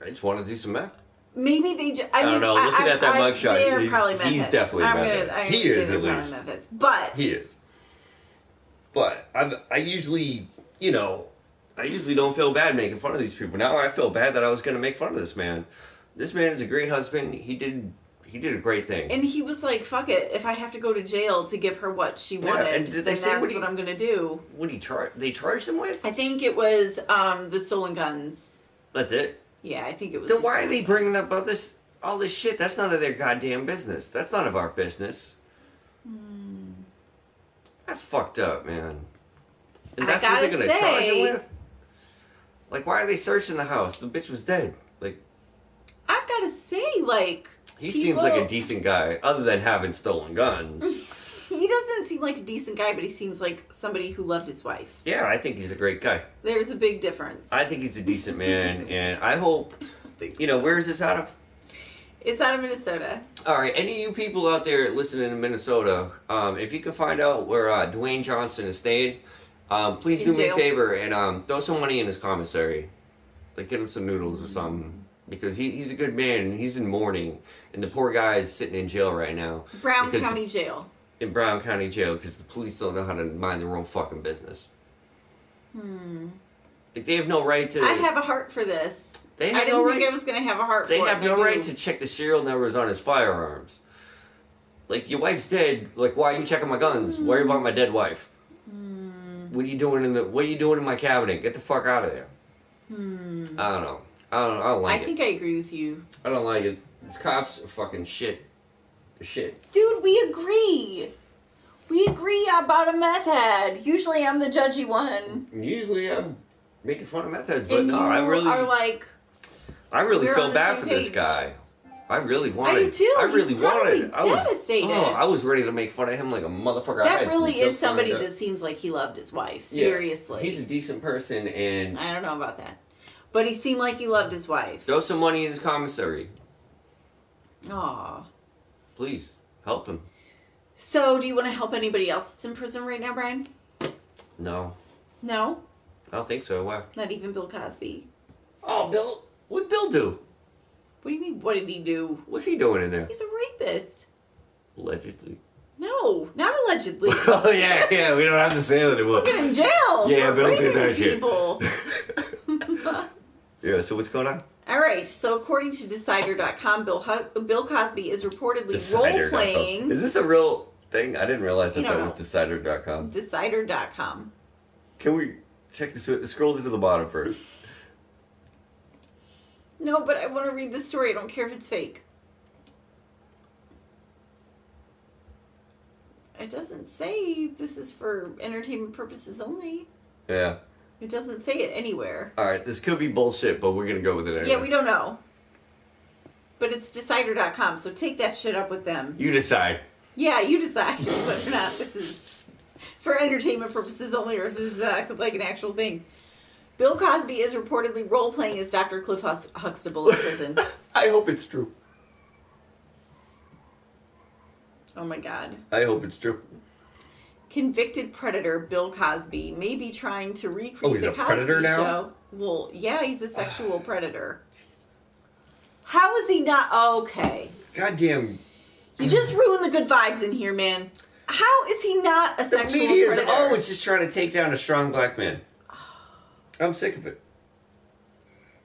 Speaker 1: I just want to do some meth.
Speaker 2: Maybe they. Ju- I,
Speaker 1: I don't
Speaker 2: mean,
Speaker 1: know.
Speaker 2: I-
Speaker 1: Looking
Speaker 2: I,
Speaker 1: at that
Speaker 2: I,
Speaker 1: mugshot,
Speaker 2: they're
Speaker 1: he's-
Speaker 2: probably
Speaker 1: he's
Speaker 2: methods.
Speaker 1: definitely
Speaker 2: I'm
Speaker 1: methods.
Speaker 2: Gonna,
Speaker 1: He
Speaker 2: I'm gonna say
Speaker 1: is,
Speaker 2: they're
Speaker 1: at
Speaker 2: probably
Speaker 1: least.
Speaker 2: methods. But
Speaker 1: He is. But I, I usually, you know, I usually don't feel bad making fun of these people. Now I feel bad that I was going to make fun of this man. This man is a great husband. He did, he did a great thing.
Speaker 2: and he was like, "Fuck it. If I have to go to jail to give her what she
Speaker 1: Yeah,
Speaker 2: wanted,
Speaker 1: and did they
Speaker 2: then
Speaker 1: say
Speaker 2: that's
Speaker 1: what he-
Speaker 2: I'm gonna do."
Speaker 1: what he charge? They charged him with?
Speaker 2: I think it was um, the stolen guns.
Speaker 1: That's it.
Speaker 2: Yeah, I think it was.
Speaker 1: Then
Speaker 2: just
Speaker 1: why are
Speaker 2: all
Speaker 1: they
Speaker 2: the
Speaker 1: bringing
Speaker 2: bugs.
Speaker 1: up all this all this shit? That's none of their goddamn business. That's none of our business.
Speaker 2: Hmm.
Speaker 1: That's fucked up, man. And
Speaker 2: I
Speaker 1: that's what they're
Speaker 2: gotta
Speaker 1: gonna charge
Speaker 2: say-
Speaker 1: him with. Like, why are they searching the house? The bitch was dead. Like,
Speaker 2: I've got to say, like,
Speaker 1: he seems like a
Speaker 2: People-
Speaker 1: decent guy, other than having stolen guns.
Speaker 2: he doesn't seem like a decent guy, but he seems like somebody who loved his wife.
Speaker 1: yeah, I think he's a great guy.
Speaker 2: There's a big difference.
Speaker 1: I think he's a decent man, and I hope you know where is this out of.
Speaker 2: It's out of Minnesota.
Speaker 1: All right, any of you people out there listening in Minnesota, um, if you can find out where uh, Dwayne Johnson is staying, um, please
Speaker 2: In
Speaker 1: do me a
Speaker 2: jail.
Speaker 1: favor and um, throw some money in his commissary, like get him some noodles or something, because he, he's a good man and he's in mourning, and the poor guy is sitting in jail right now
Speaker 2: Brown
Speaker 1: Because-
Speaker 2: County Jail.
Speaker 1: in Brown County Jail because the police don't know how to mind their own fucking business.
Speaker 2: Hmm.
Speaker 1: Like they have no right to.
Speaker 2: I have a heart for this.
Speaker 1: They
Speaker 2: I
Speaker 1: have
Speaker 2: didn't
Speaker 1: no
Speaker 2: think
Speaker 1: right.
Speaker 2: I was going to have a heart
Speaker 1: They
Speaker 2: for it.
Speaker 1: have
Speaker 2: and I
Speaker 1: no
Speaker 2: do.
Speaker 1: right to check the serial numbers on his firearms. Like your wife's dead. Like why are you checking my guns? Worry about my dead wife.
Speaker 2: Hmm.
Speaker 1: What are you doing in the? What are you doing in my cabinet? Get the fuck out of there.
Speaker 2: Hmm.
Speaker 1: I don't know. I don't. I don't
Speaker 2: I
Speaker 1: like it.
Speaker 2: think I agree with you.
Speaker 1: I don't like it. These cops are fucking shit. Shit.
Speaker 2: Dude, we agree. We agree about a meth head. Usually I'm the judgy one.
Speaker 1: And usually I'm making fun of meth heads, but
Speaker 2: and
Speaker 1: no,
Speaker 2: you
Speaker 1: I really,
Speaker 2: are like,
Speaker 1: I really
Speaker 2: we're
Speaker 1: feel
Speaker 2: on the
Speaker 1: bad
Speaker 2: same
Speaker 1: for this
Speaker 2: page.
Speaker 1: guy. I really
Speaker 2: I
Speaker 1: wanted.
Speaker 2: do too.
Speaker 1: I
Speaker 2: He's
Speaker 1: really
Speaker 2: probably
Speaker 1: wanted. I was
Speaker 2: devastated.
Speaker 1: Oh, I was ready to make fun of him like a motherfucker. I had
Speaker 2: that
Speaker 1: some
Speaker 2: really
Speaker 1: jokes
Speaker 2: is somebody
Speaker 1: lined up.
Speaker 2: that seems like he loved his wife.
Speaker 1: Yeah.
Speaker 2: Seriously.
Speaker 1: He's a decent person, and
Speaker 2: I don't know about that. But he seemed like he loved his wife.
Speaker 1: throw some money in his commissary,
Speaker 2: Aw.
Speaker 1: please. Help him.
Speaker 2: So, do you want to help anybody else that's in prison right now, Brian?
Speaker 1: No,
Speaker 2: No?
Speaker 1: I don't think so. Why?
Speaker 2: Not even Bill Cosby.
Speaker 1: Oh, Bill. What Bill do?
Speaker 2: What do you mean, what did he do?
Speaker 1: What's he doing in there?
Speaker 2: He's a rapist.
Speaker 1: Allegedly.
Speaker 2: No, not allegedly.
Speaker 1: oh yeah, yeah. We don't have to say that it
Speaker 2: Look at
Speaker 1: was.
Speaker 2: in jail.
Speaker 1: Yeah,
Speaker 2: for
Speaker 1: Bill did
Speaker 2: raping
Speaker 1: that shit.
Speaker 2: people.
Speaker 1: yeah. So what's going on?
Speaker 2: All right. So according to Decider.com, Bill Hu- Bill Cosby is reportedly role
Speaker 1: Decider.com.
Speaker 2: playing
Speaker 1: Is this a real thing? I didn't realize that
Speaker 2: You don't
Speaker 1: that was
Speaker 2: know.
Speaker 1: Decider.com.
Speaker 2: Decider.com.
Speaker 1: Can we check this? Scroll to the bottom first.
Speaker 2: No, but I want to read this story. I don't care if it's fake. It doesn't say this is for entertainment purposes only.
Speaker 1: Yeah.
Speaker 2: It doesn't say it anywhere.
Speaker 1: All right. This could be bullshit, but we're gonna go with it anyway.
Speaker 2: Yeah, we don't know. But it's decider.com, so take that shit up with them.
Speaker 1: You decide.
Speaker 2: Yeah, you decide whether or not this is for entertainment purposes only or if this is uh, like an actual thing. Bill Cosby is reportedly role playing as Dr. Cliff Hus- Huxtable in prison.
Speaker 1: I hope it's true.
Speaker 2: oh my god.
Speaker 1: I hope it's true.
Speaker 2: Convicted predator Bill Cosby may be trying to recreate
Speaker 1: Oh, he's
Speaker 2: the
Speaker 1: a
Speaker 2: Cosby
Speaker 1: predator now?
Speaker 2: Show. Well, yeah, he's a sexual predator. How is he not okay?
Speaker 1: Goddamn.
Speaker 2: You just ruined the good vibes in here, man. How is he not a
Speaker 1: The
Speaker 2: sexual
Speaker 1: media is
Speaker 2: predator?
Speaker 1: always just trying to take down a strong black man. I'm sick of it.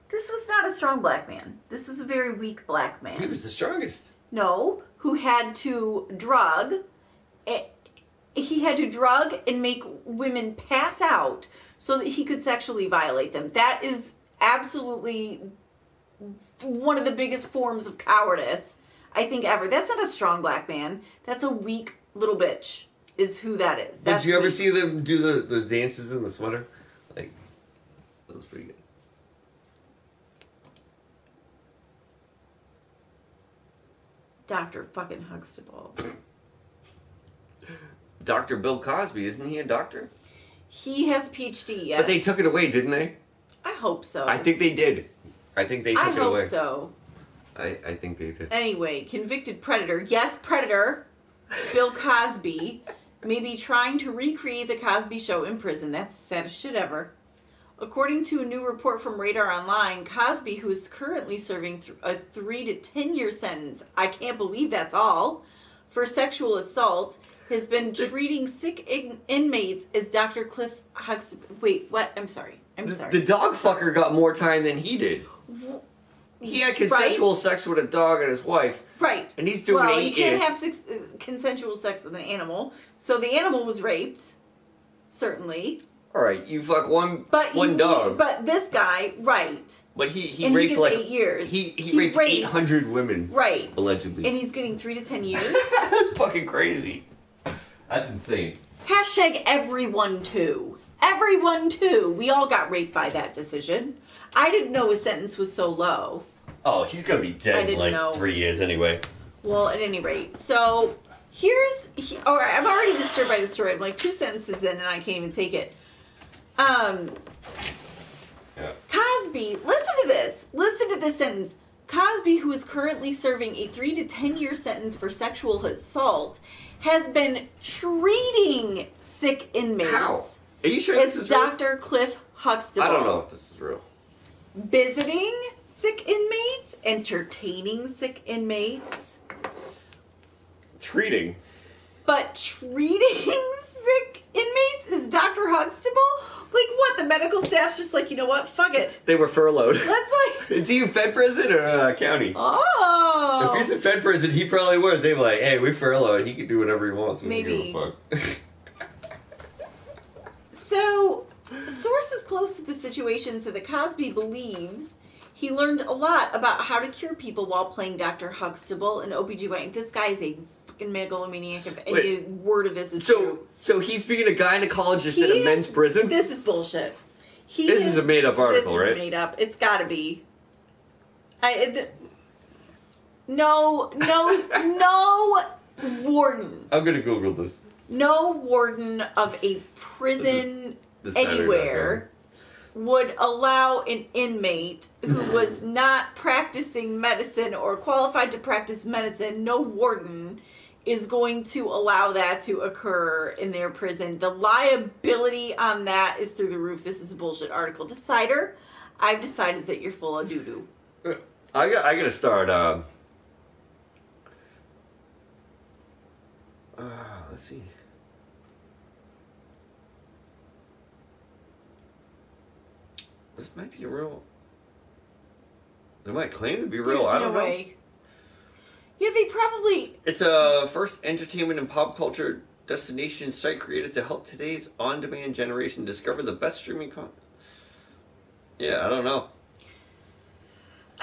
Speaker 2: This was not a strong black man. This was a very weak black man.
Speaker 1: He was the strongest.
Speaker 2: No, who had to drug. eh, He had to drug and make women pass out so that he could sexually violate them. That is absolutely one of the biggest forms of cowardice I think ever. That's not a strong black man. That's a weak little bitch. Is who that is. That's
Speaker 1: Did you ever
Speaker 2: weak.
Speaker 1: see them do the, those dances in the sweater? Like, that was pretty good.
Speaker 2: Doctor fucking Huxtable?
Speaker 1: Dr. Bill Cosby, isn't he a doctor?
Speaker 2: He has PhD. Yes,
Speaker 1: But they took it away, didn't they?
Speaker 2: I hope so.
Speaker 1: I think they did. I think they took
Speaker 2: I
Speaker 1: it
Speaker 2: hope
Speaker 1: away.
Speaker 2: so.
Speaker 1: I, I think they did.
Speaker 2: Anyway, convicted predator. Yes, predator. Bill Cosby may be trying to recreate the Cosby Show in prison. That's the saddest shit ever. According to a new report from Radar Online, Cosby, who is currently serving th- a three to ten year sentence, I can't believe that's all, for sexual assault, has been treating sick in- inmates as Dr. Cliff Huxtable. Wait, what? I'm sorry. I'm
Speaker 1: The,
Speaker 2: sorry.
Speaker 1: the dog fucker got more time than he did. He had consensual sex with a dog and his wife,
Speaker 2: Right.
Speaker 1: and he's doing
Speaker 2: well,
Speaker 1: eight
Speaker 2: you can't
Speaker 1: years.
Speaker 2: have sex, uh, consensual sex with an animal. So the animal was raped, certainly.
Speaker 1: All right, you fuck one
Speaker 2: But
Speaker 1: one
Speaker 2: you-
Speaker 1: dog, but,
Speaker 2: But this guy, right?
Speaker 1: he he
Speaker 2: and he
Speaker 1: raped
Speaker 2: gets
Speaker 1: like
Speaker 2: eight years.
Speaker 1: He he,
Speaker 2: He
Speaker 1: raped,
Speaker 2: raped-
Speaker 1: eight hundred women
Speaker 2: Right.
Speaker 1: allegedly.
Speaker 2: And he's getting three to ten years.
Speaker 1: That's fucking crazy. That's insane.
Speaker 2: Hashtag everyone too. Everyone too. We all got raped by that decision. I didn't know his sentence was so low.
Speaker 1: Oh, he's gonna be
Speaker 2: I
Speaker 1: dead in
Speaker 2: didn't
Speaker 1: like
Speaker 2: know.
Speaker 1: three years anyway. Oh,
Speaker 2: Well, at any rate, so here's. He, all right, I'm already disturbed by the story. I'm like two sentences in, and I can't even take it. Um,
Speaker 1: Yeah.
Speaker 2: Cosby, listen to this. Listen to this sentence. Cosby, who is currently serving a three to ten year sentence for sexual assault, has been treating sick inmates.
Speaker 1: How? Are you sure this
Speaker 2: It's
Speaker 1: is real?
Speaker 2: Dr. Cliff Huxtable.
Speaker 1: I don't know if this is real.
Speaker 2: Visiting sick inmates, entertaining sick inmates,
Speaker 1: Treating.
Speaker 2: but treating sick inmates is Dr. Huxtable? Like, what? The medical staff's just like, you know what? Fuck it.
Speaker 1: They were furloughed.
Speaker 2: Let's like,
Speaker 1: is he in Fed prison or uh, county?
Speaker 2: oh.
Speaker 1: If he's in Fed prison, he probably was. They were like, "Hey, we furloughed. He can do whatever he wants. We
Speaker 2: Maybe.
Speaker 1: don't give a fuck."
Speaker 2: So, sources close to the situation said that Cosby believes he learned a lot about how to cure people while playing Dr. Huxtable and OBGYN. This guy is a fucking megalomaniac if any
Speaker 1: Wait.
Speaker 2: word of this is
Speaker 1: so,
Speaker 2: true.
Speaker 1: so he's being a gynecologist in
Speaker 2: He
Speaker 1: a
Speaker 2: is-
Speaker 1: men's prison. This,
Speaker 2: This is bullshit. He
Speaker 1: is a made-up article,
Speaker 2: this is
Speaker 1: right?
Speaker 2: made up. It's got to be. I it, no no no warden.
Speaker 1: I'm gonna Google this.
Speaker 2: No warden of a prison
Speaker 1: this Saturday night,
Speaker 2: anywhere would allow an inmate who was not practicing medicine or qualified to practice medicine, no warden is going to allow that to occur in their prison. The liability on that is through the roof. This is a bullshit article. Decider, I've decided that you're full of doo doo.
Speaker 1: yeah. I got. I gotta start. Um, uh, let's see. This might be real. They might claim to be real. I don't know.
Speaker 2: Yeah, they probably
Speaker 1: It's a first entertainment and pop culture destination site created to help today's on-demand generation discover the best streaming content. Yeah, I don't know.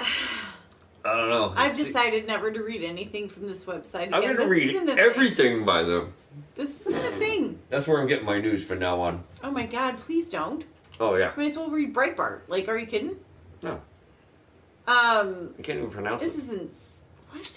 Speaker 1: I don't know.
Speaker 2: I've
Speaker 1: It's-
Speaker 2: decided never to read anything from this website.
Speaker 1: I'm
Speaker 2: again.
Speaker 1: gonna
Speaker 2: This
Speaker 1: read
Speaker 2: isn't a thing.
Speaker 1: everything by them.
Speaker 2: This isn't a thing.
Speaker 1: That's where I'm getting my news from now on.
Speaker 2: Oh my god, please don't.
Speaker 1: Oh yeah,
Speaker 2: Might as well read Breitbart. Like, are you kidding?
Speaker 1: No.
Speaker 2: Um,
Speaker 1: I can't even pronounce
Speaker 2: this
Speaker 1: it.
Speaker 2: isn't. What?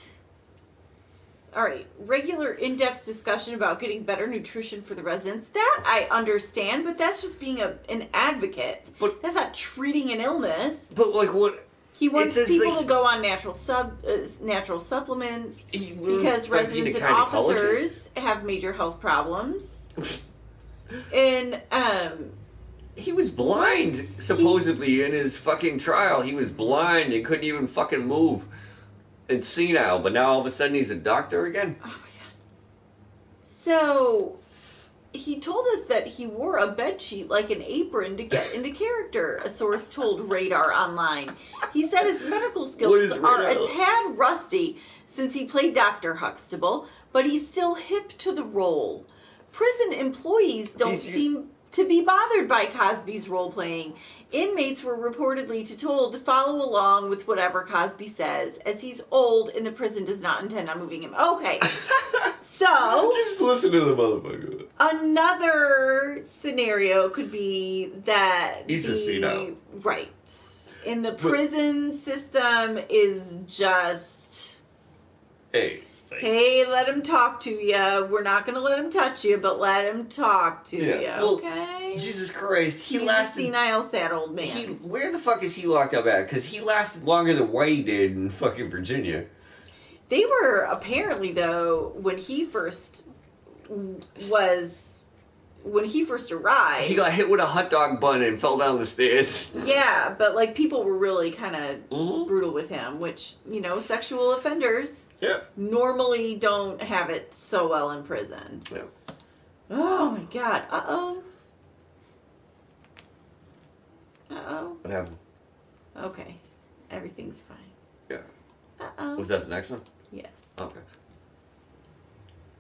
Speaker 2: All right. Regular in depth discussion about getting better nutrition for the residents. That I understand, but that's just being a, an advocate.
Speaker 1: But-
Speaker 2: that's not treating an illness.
Speaker 1: But like what?
Speaker 2: He wants
Speaker 1: says,
Speaker 2: people
Speaker 1: like-
Speaker 2: to go on natural sub uh, natural supplements
Speaker 1: he- we're
Speaker 2: because
Speaker 1: expecting
Speaker 2: residents
Speaker 1: a
Speaker 2: and
Speaker 1: gynecologist.
Speaker 2: officers have major health problems. and um,
Speaker 1: He was blind, supposedly, in his fucking trial. He was blind and couldn't even fucking move and senile, but now all of a sudden he's a doctor again?
Speaker 2: Oh my god. So he told us that he wore a bed sheet like an apron to get into character, a source told Radar Online. He said his medical skills
Speaker 1: is
Speaker 2: are a
Speaker 1: Radar?
Speaker 2: tad rusty since he played Dr. Huxtable, but he's still hip to the role. Prison employees don't
Speaker 1: He's-
Speaker 2: seem to be bothered by Cosby's role playing. Inmates were reportedly to told to follow along with whatever Cosby says, as he's old and the prison does not intend on moving him. Okay. So
Speaker 1: Just listen to the motherfucker.
Speaker 2: another scenario could be that
Speaker 1: He's just
Speaker 2: the-
Speaker 1: senile.
Speaker 2: right in the prison system is just
Speaker 1: Hey.
Speaker 2: hey, let him talk to you. We're not gonna let him touch you, but let him talk to
Speaker 1: Yeah,
Speaker 2: you.
Speaker 1: well,
Speaker 2: okay.
Speaker 1: Jesus Christ, he
Speaker 2: He's a
Speaker 1: lasted.
Speaker 2: senile, sad old man.
Speaker 1: He, where the fuck is he locked up at? Because he lasted longer than Whitey did in fucking Virginia.
Speaker 2: They were apparently though when he first was when he first arrived.
Speaker 1: He got hit with a hot dog bun and fell down the stairs.
Speaker 2: yeah, but like people were really kind of
Speaker 1: Mm-hmm.
Speaker 2: brutal with him, which, you know, sexual offenders
Speaker 1: Yeah.
Speaker 2: normally don't have it so well in prison.
Speaker 1: Yeah.
Speaker 2: Oh my god. Uh oh. Uh oh.
Speaker 1: What happened?
Speaker 2: Okay. Everything's fine.
Speaker 1: Yeah.
Speaker 2: Uh oh.
Speaker 1: Was that the next one?
Speaker 2: Yes.
Speaker 1: Okay.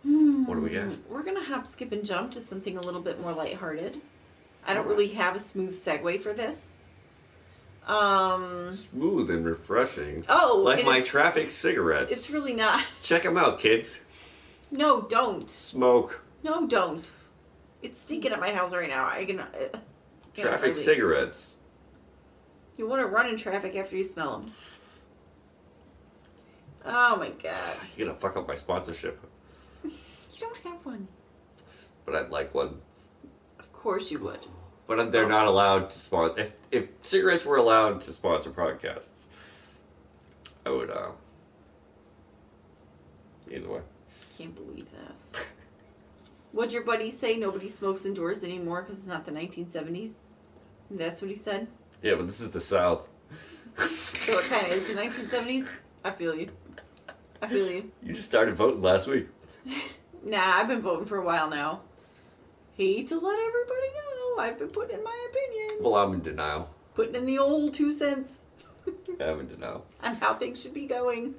Speaker 2: What
Speaker 1: do we got?
Speaker 2: Hmm, We're going to hop, skip, and jump to something a little bit more lighthearted. I don't really have a smooth segue for this. Um.
Speaker 1: Smooth and refreshing.
Speaker 2: Oh,
Speaker 1: Like
Speaker 2: and
Speaker 1: my
Speaker 2: it's-
Speaker 1: traffic cigarettes.
Speaker 2: It's really not.
Speaker 1: Check them out, kids.
Speaker 2: No, don't.
Speaker 1: Smoke
Speaker 2: No, don't. It's stinking at my house right now. I can. Uh, can't
Speaker 1: traffic
Speaker 2: hardly-
Speaker 1: cigarettes.
Speaker 2: You want to run in traffic after you smell them. Oh my god.
Speaker 1: You're gonna fuck up my sponsorship,
Speaker 2: You don't have one.
Speaker 1: but I'd like one.
Speaker 2: Of course you would.
Speaker 1: But
Speaker 2: Oh.
Speaker 1: they're not allowed to sponsor. If, if cigarettes were allowed to sponsor podcasts, I would. Uh, either way,
Speaker 2: Can't believe this. What'd your buddy say? Nobody smokes indoors anymore because it's not the 1970s? That's what he said?
Speaker 1: yeah, but this is the South.
Speaker 2: So it kind of is the 1970s? I feel you. I feel you.
Speaker 1: You just started voting last week.
Speaker 2: Nah, I've been voting for a while now. Hate to let everybody know. I've been putting in my opinion.
Speaker 1: Well, I'm in denial.
Speaker 2: Putting in the old two cents
Speaker 1: I'm in denial.
Speaker 2: on how things should be going.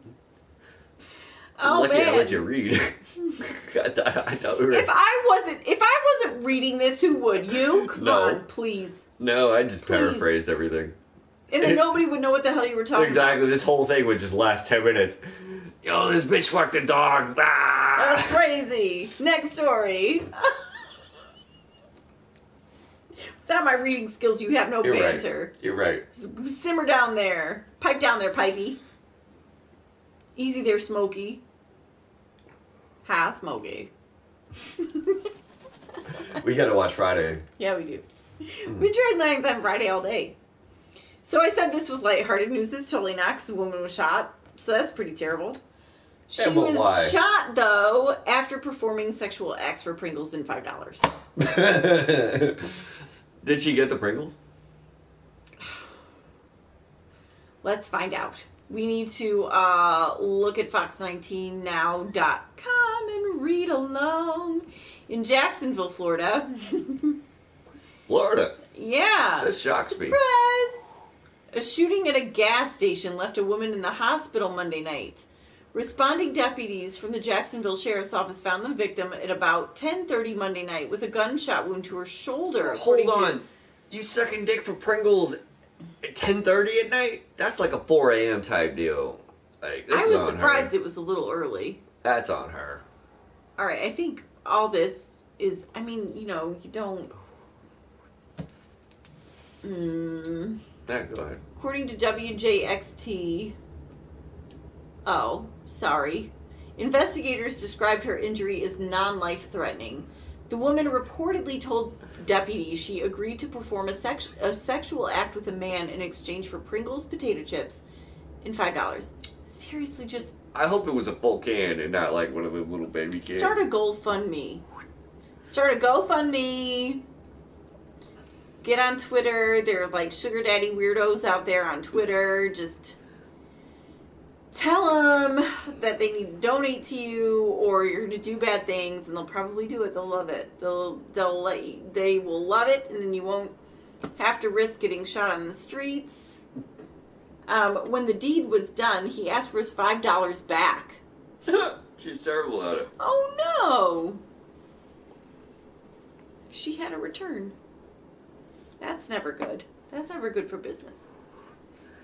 Speaker 1: I'm
Speaker 2: Oh,
Speaker 1: lucky
Speaker 2: man.
Speaker 1: I let you read. I, thought, I thought we were.
Speaker 2: If I wasn't if I wasn't reading this, who would? You? Come
Speaker 1: No.
Speaker 2: on, please.
Speaker 1: no, I just
Speaker 2: Please.
Speaker 1: paraphrase everything.
Speaker 2: And then nobody would know what the hell you were talking
Speaker 1: Exactly. This whole thing would just last ten minutes. Yo, this bitch fucked a dog.
Speaker 2: about. That's
Speaker 1: Ah!
Speaker 2: crazy. Next story. Without my reading skills, you have no
Speaker 1: You're
Speaker 2: banter.
Speaker 1: right. You're right.
Speaker 2: S- Simmer down there. Pipe down there, Pipey. Easy there, Smokey. Hi, Smokey.
Speaker 1: We gotta watch Friday.
Speaker 2: Yeah, we do. We tried lines on Friday all day. So I said this was lighthearted news. It's totally not because the woman was shot. So that's pretty terrible. She
Speaker 1: Yeah, but
Speaker 2: was
Speaker 1: why?
Speaker 2: shot, though, after performing sexual acts for Pringles and $5.
Speaker 1: Did she get the Pringles?
Speaker 2: Let's find out. We need to uh, look at fox19now.com and read along. In Jacksonville, Florida.
Speaker 1: Florida.
Speaker 2: yeah.
Speaker 1: This shocks me.
Speaker 2: Surprise! A shooting at a gas station left a woman in the hospital Monday night. Responding deputies from the Jacksonville Sheriff's Office found the victim at about 10:30 Monday night with a gunshot wound to her shoulder. according
Speaker 1: Hold
Speaker 2: to-
Speaker 1: on. You sucking dick for Pringles at ten thirty at night? That's like a four AM type deal. Like this
Speaker 2: I
Speaker 1: is
Speaker 2: was
Speaker 1: on
Speaker 2: surprised
Speaker 1: her.
Speaker 2: it was a little early.
Speaker 1: That's on her.
Speaker 2: All right, I think all this is. I mean, you know, you don't. Mm,
Speaker 1: Yeah, go ahead.
Speaker 2: According to WJXT, oh, sorry. Investigators described her injury as non life threatening. The woman reportedly told deputies she agreed to perform a, sex- a sexual act with a man in exchange for Pringles potato chips and $5. Seriously, just
Speaker 1: I hope it was a full can and not like one of the little baby cans.
Speaker 2: start a GoFundMe. Start a GoFundMe. Get on Twitter. There are like sugar daddy weirdos out there on Twitter. Just tell them that they need to donate to you, or you're gonna do bad things, and they'll probably do it. They'll love it. They'll they'll let you, they will love it, and then you won't have to risk getting shot on the streets. Um, when the deed was done, he asked for his five dollars back.
Speaker 1: She's terrible at it.
Speaker 2: Oh no! She had a return. That's never good. That's never good for business.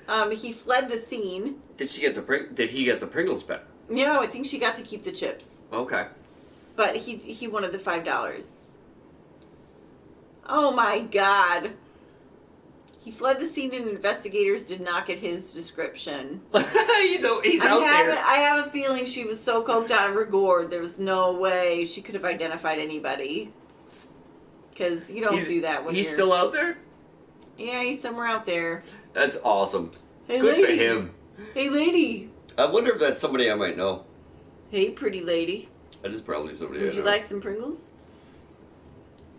Speaker 2: Um, he fled the scene.
Speaker 1: Did she get the Pring- did he get the Pringles back?
Speaker 2: No, I think she got to keep the chips,
Speaker 1: Okay.
Speaker 2: but he he wanted the five dollars. Oh my god! He fled the scene, and investigators did not get his description.
Speaker 1: he's o- he's
Speaker 2: I
Speaker 1: out
Speaker 2: have,
Speaker 1: there.
Speaker 2: a- I have a feeling she was so coked out of her gourd, there was no way she could have identified anybody. Because you don't
Speaker 1: he's
Speaker 2: do that when
Speaker 1: he's
Speaker 2: you're...
Speaker 1: still out there?
Speaker 2: Yeah, he's somewhere out there.
Speaker 1: That's awesome.
Speaker 2: Hey,
Speaker 1: Good
Speaker 2: lady.
Speaker 1: for him.
Speaker 2: Hey, lady.
Speaker 1: I wonder if that's somebody I might know.
Speaker 2: Hey, pretty lady.
Speaker 1: That is probably somebody
Speaker 2: Would
Speaker 1: I
Speaker 2: you
Speaker 1: know.
Speaker 2: like some Pringles?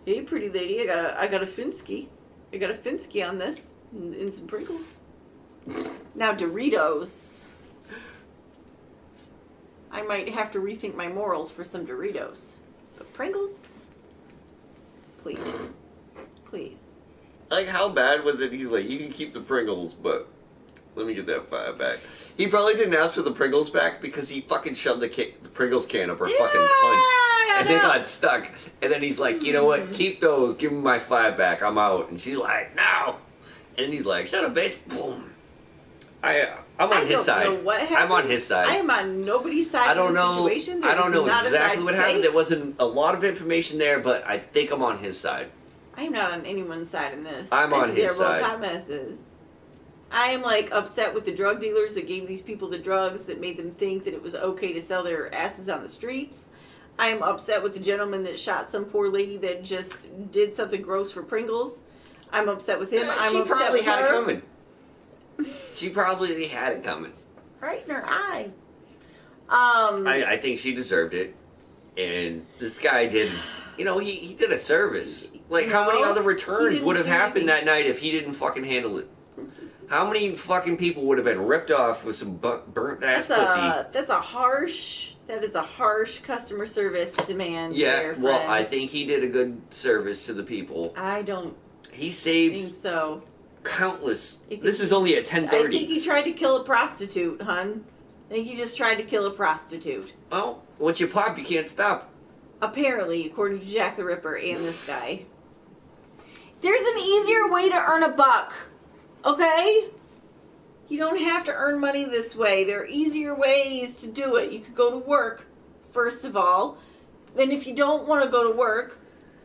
Speaker 2: Hey, pretty lady. I got a, I got a Finsky. I got a Finsky on this. And, and some Pringles. Now, Doritos. I might have to rethink my morals for some Doritos. But Pringles? Please. Please.
Speaker 1: Like, how bad was it? He's like, you can keep the Pringles, but Let me get that five back. He probably didn't ask for the Pringles back because he fucking shoved the, ca- the Pringles can up her fucking cunt.
Speaker 2: I
Speaker 1: And they
Speaker 2: know.
Speaker 1: got stuck. And then he's like, you know what?
Speaker 2: Hmm.
Speaker 1: Keep those. Give me my five back. I'm out. And she's like, no. And he's like, shut up, bitch. Boom. I, uh, I'm on
Speaker 2: I
Speaker 1: his
Speaker 2: don't
Speaker 1: side.
Speaker 2: know what happened.
Speaker 1: I'm on his side.
Speaker 2: I am on nobody's side.
Speaker 1: I don't
Speaker 2: in this
Speaker 1: know.
Speaker 2: Situation. There
Speaker 1: I don't
Speaker 2: is
Speaker 1: know
Speaker 2: not a
Speaker 1: exactly
Speaker 2: side
Speaker 1: what
Speaker 2: to
Speaker 1: happened.
Speaker 2: take.
Speaker 1: There wasn't a lot of information there, but I think I'm on his side.
Speaker 2: I am not on anyone's side in this.
Speaker 1: I'm
Speaker 2: I
Speaker 1: on
Speaker 2: think
Speaker 1: his
Speaker 2: they're both
Speaker 1: side.
Speaker 2: hot messes. I am like upset with the drug dealers that gave these people the drugs that made them think that it was okay to sell their asses on the streets. I am upset with the gentleman that shot some poor lady that just did something gross for Pringles. I'm upset with him. I'm
Speaker 1: Eh, she
Speaker 2: upset
Speaker 1: probably
Speaker 2: with
Speaker 1: had
Speaker 2: her.
Speaker 1: it coming. She probably had it coming.
Speaker 2: Right in her eye. Um,
Speaker 1: I, I think she deserved it. And this guy did, you know, he, he did a service. Like, how many
Speaker 2: No,
Speaker 1: other
Speaker 2: he
Speaker 1: returns
Speaker 2: didn't
Speaker 1: would have
Speaker 2: do
Speaker 1: happened that
Speaker 2: anything.
Speaker 1: night if he didn't fucking handle it? How many fucking people would have been ripped off with some bu- burnt ass
Speaker 2: that's
Speaker 1: pussy?
Speaker 2: a that's a harsh that is a harsh customer service demand.
Speaker 1: yeah,
Speaker 2: there,
Speaker 1: well,
Speaker 2: friend.
Speaker 1: I think he did a good service to the people.
Speaker 2: I don't
Speaker 1: He saves
Speaker 2: think so.
Speaker 1: countless.
Speaker 2: I think
Speaker 1: This is only at ten
Speaker 2: I think
Speaker 1: thirty.
Speaker 2: you tried to kill a prostitute, hun. I think you just tried to kill a prostitute.
Speaker 1: Well, once you pop, you can't stop.
Speaker 2: Apparently, according to Jack the Ripper and this guy. There's an easier way to earn a buck, okay? You don't have to earn money this way. There are easier ways to do it. You could go to work, first of all. Then, if you don't want to go to work,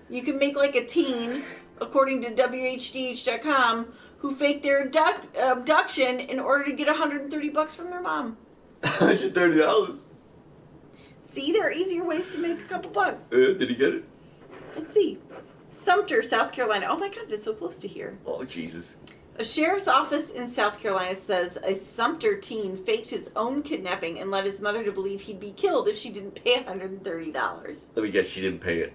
Speaker 2: you can make like a teen, according to WHDH.com, who faked their abduct- abduction in order to get 130 bucks from their mom.
Speaker 1: Hundred thirty dollars.
Speaker 2: See, there are easier ways to make a couple bucks.
Speaker 1: Uh, did he get it?
Speaker 2: Let's see. Sumter, South Carolina. Oh my God, that's so close to here.
Speaker 1: Oh Jesus!
Speaker 2: A sheriff's office in South Carolina says a Sumter teen faked his own kidnapping and led his mother to believe he'd be killed if she didn't pay $130.
Speaker 1: Let me guess, she didn't pay it.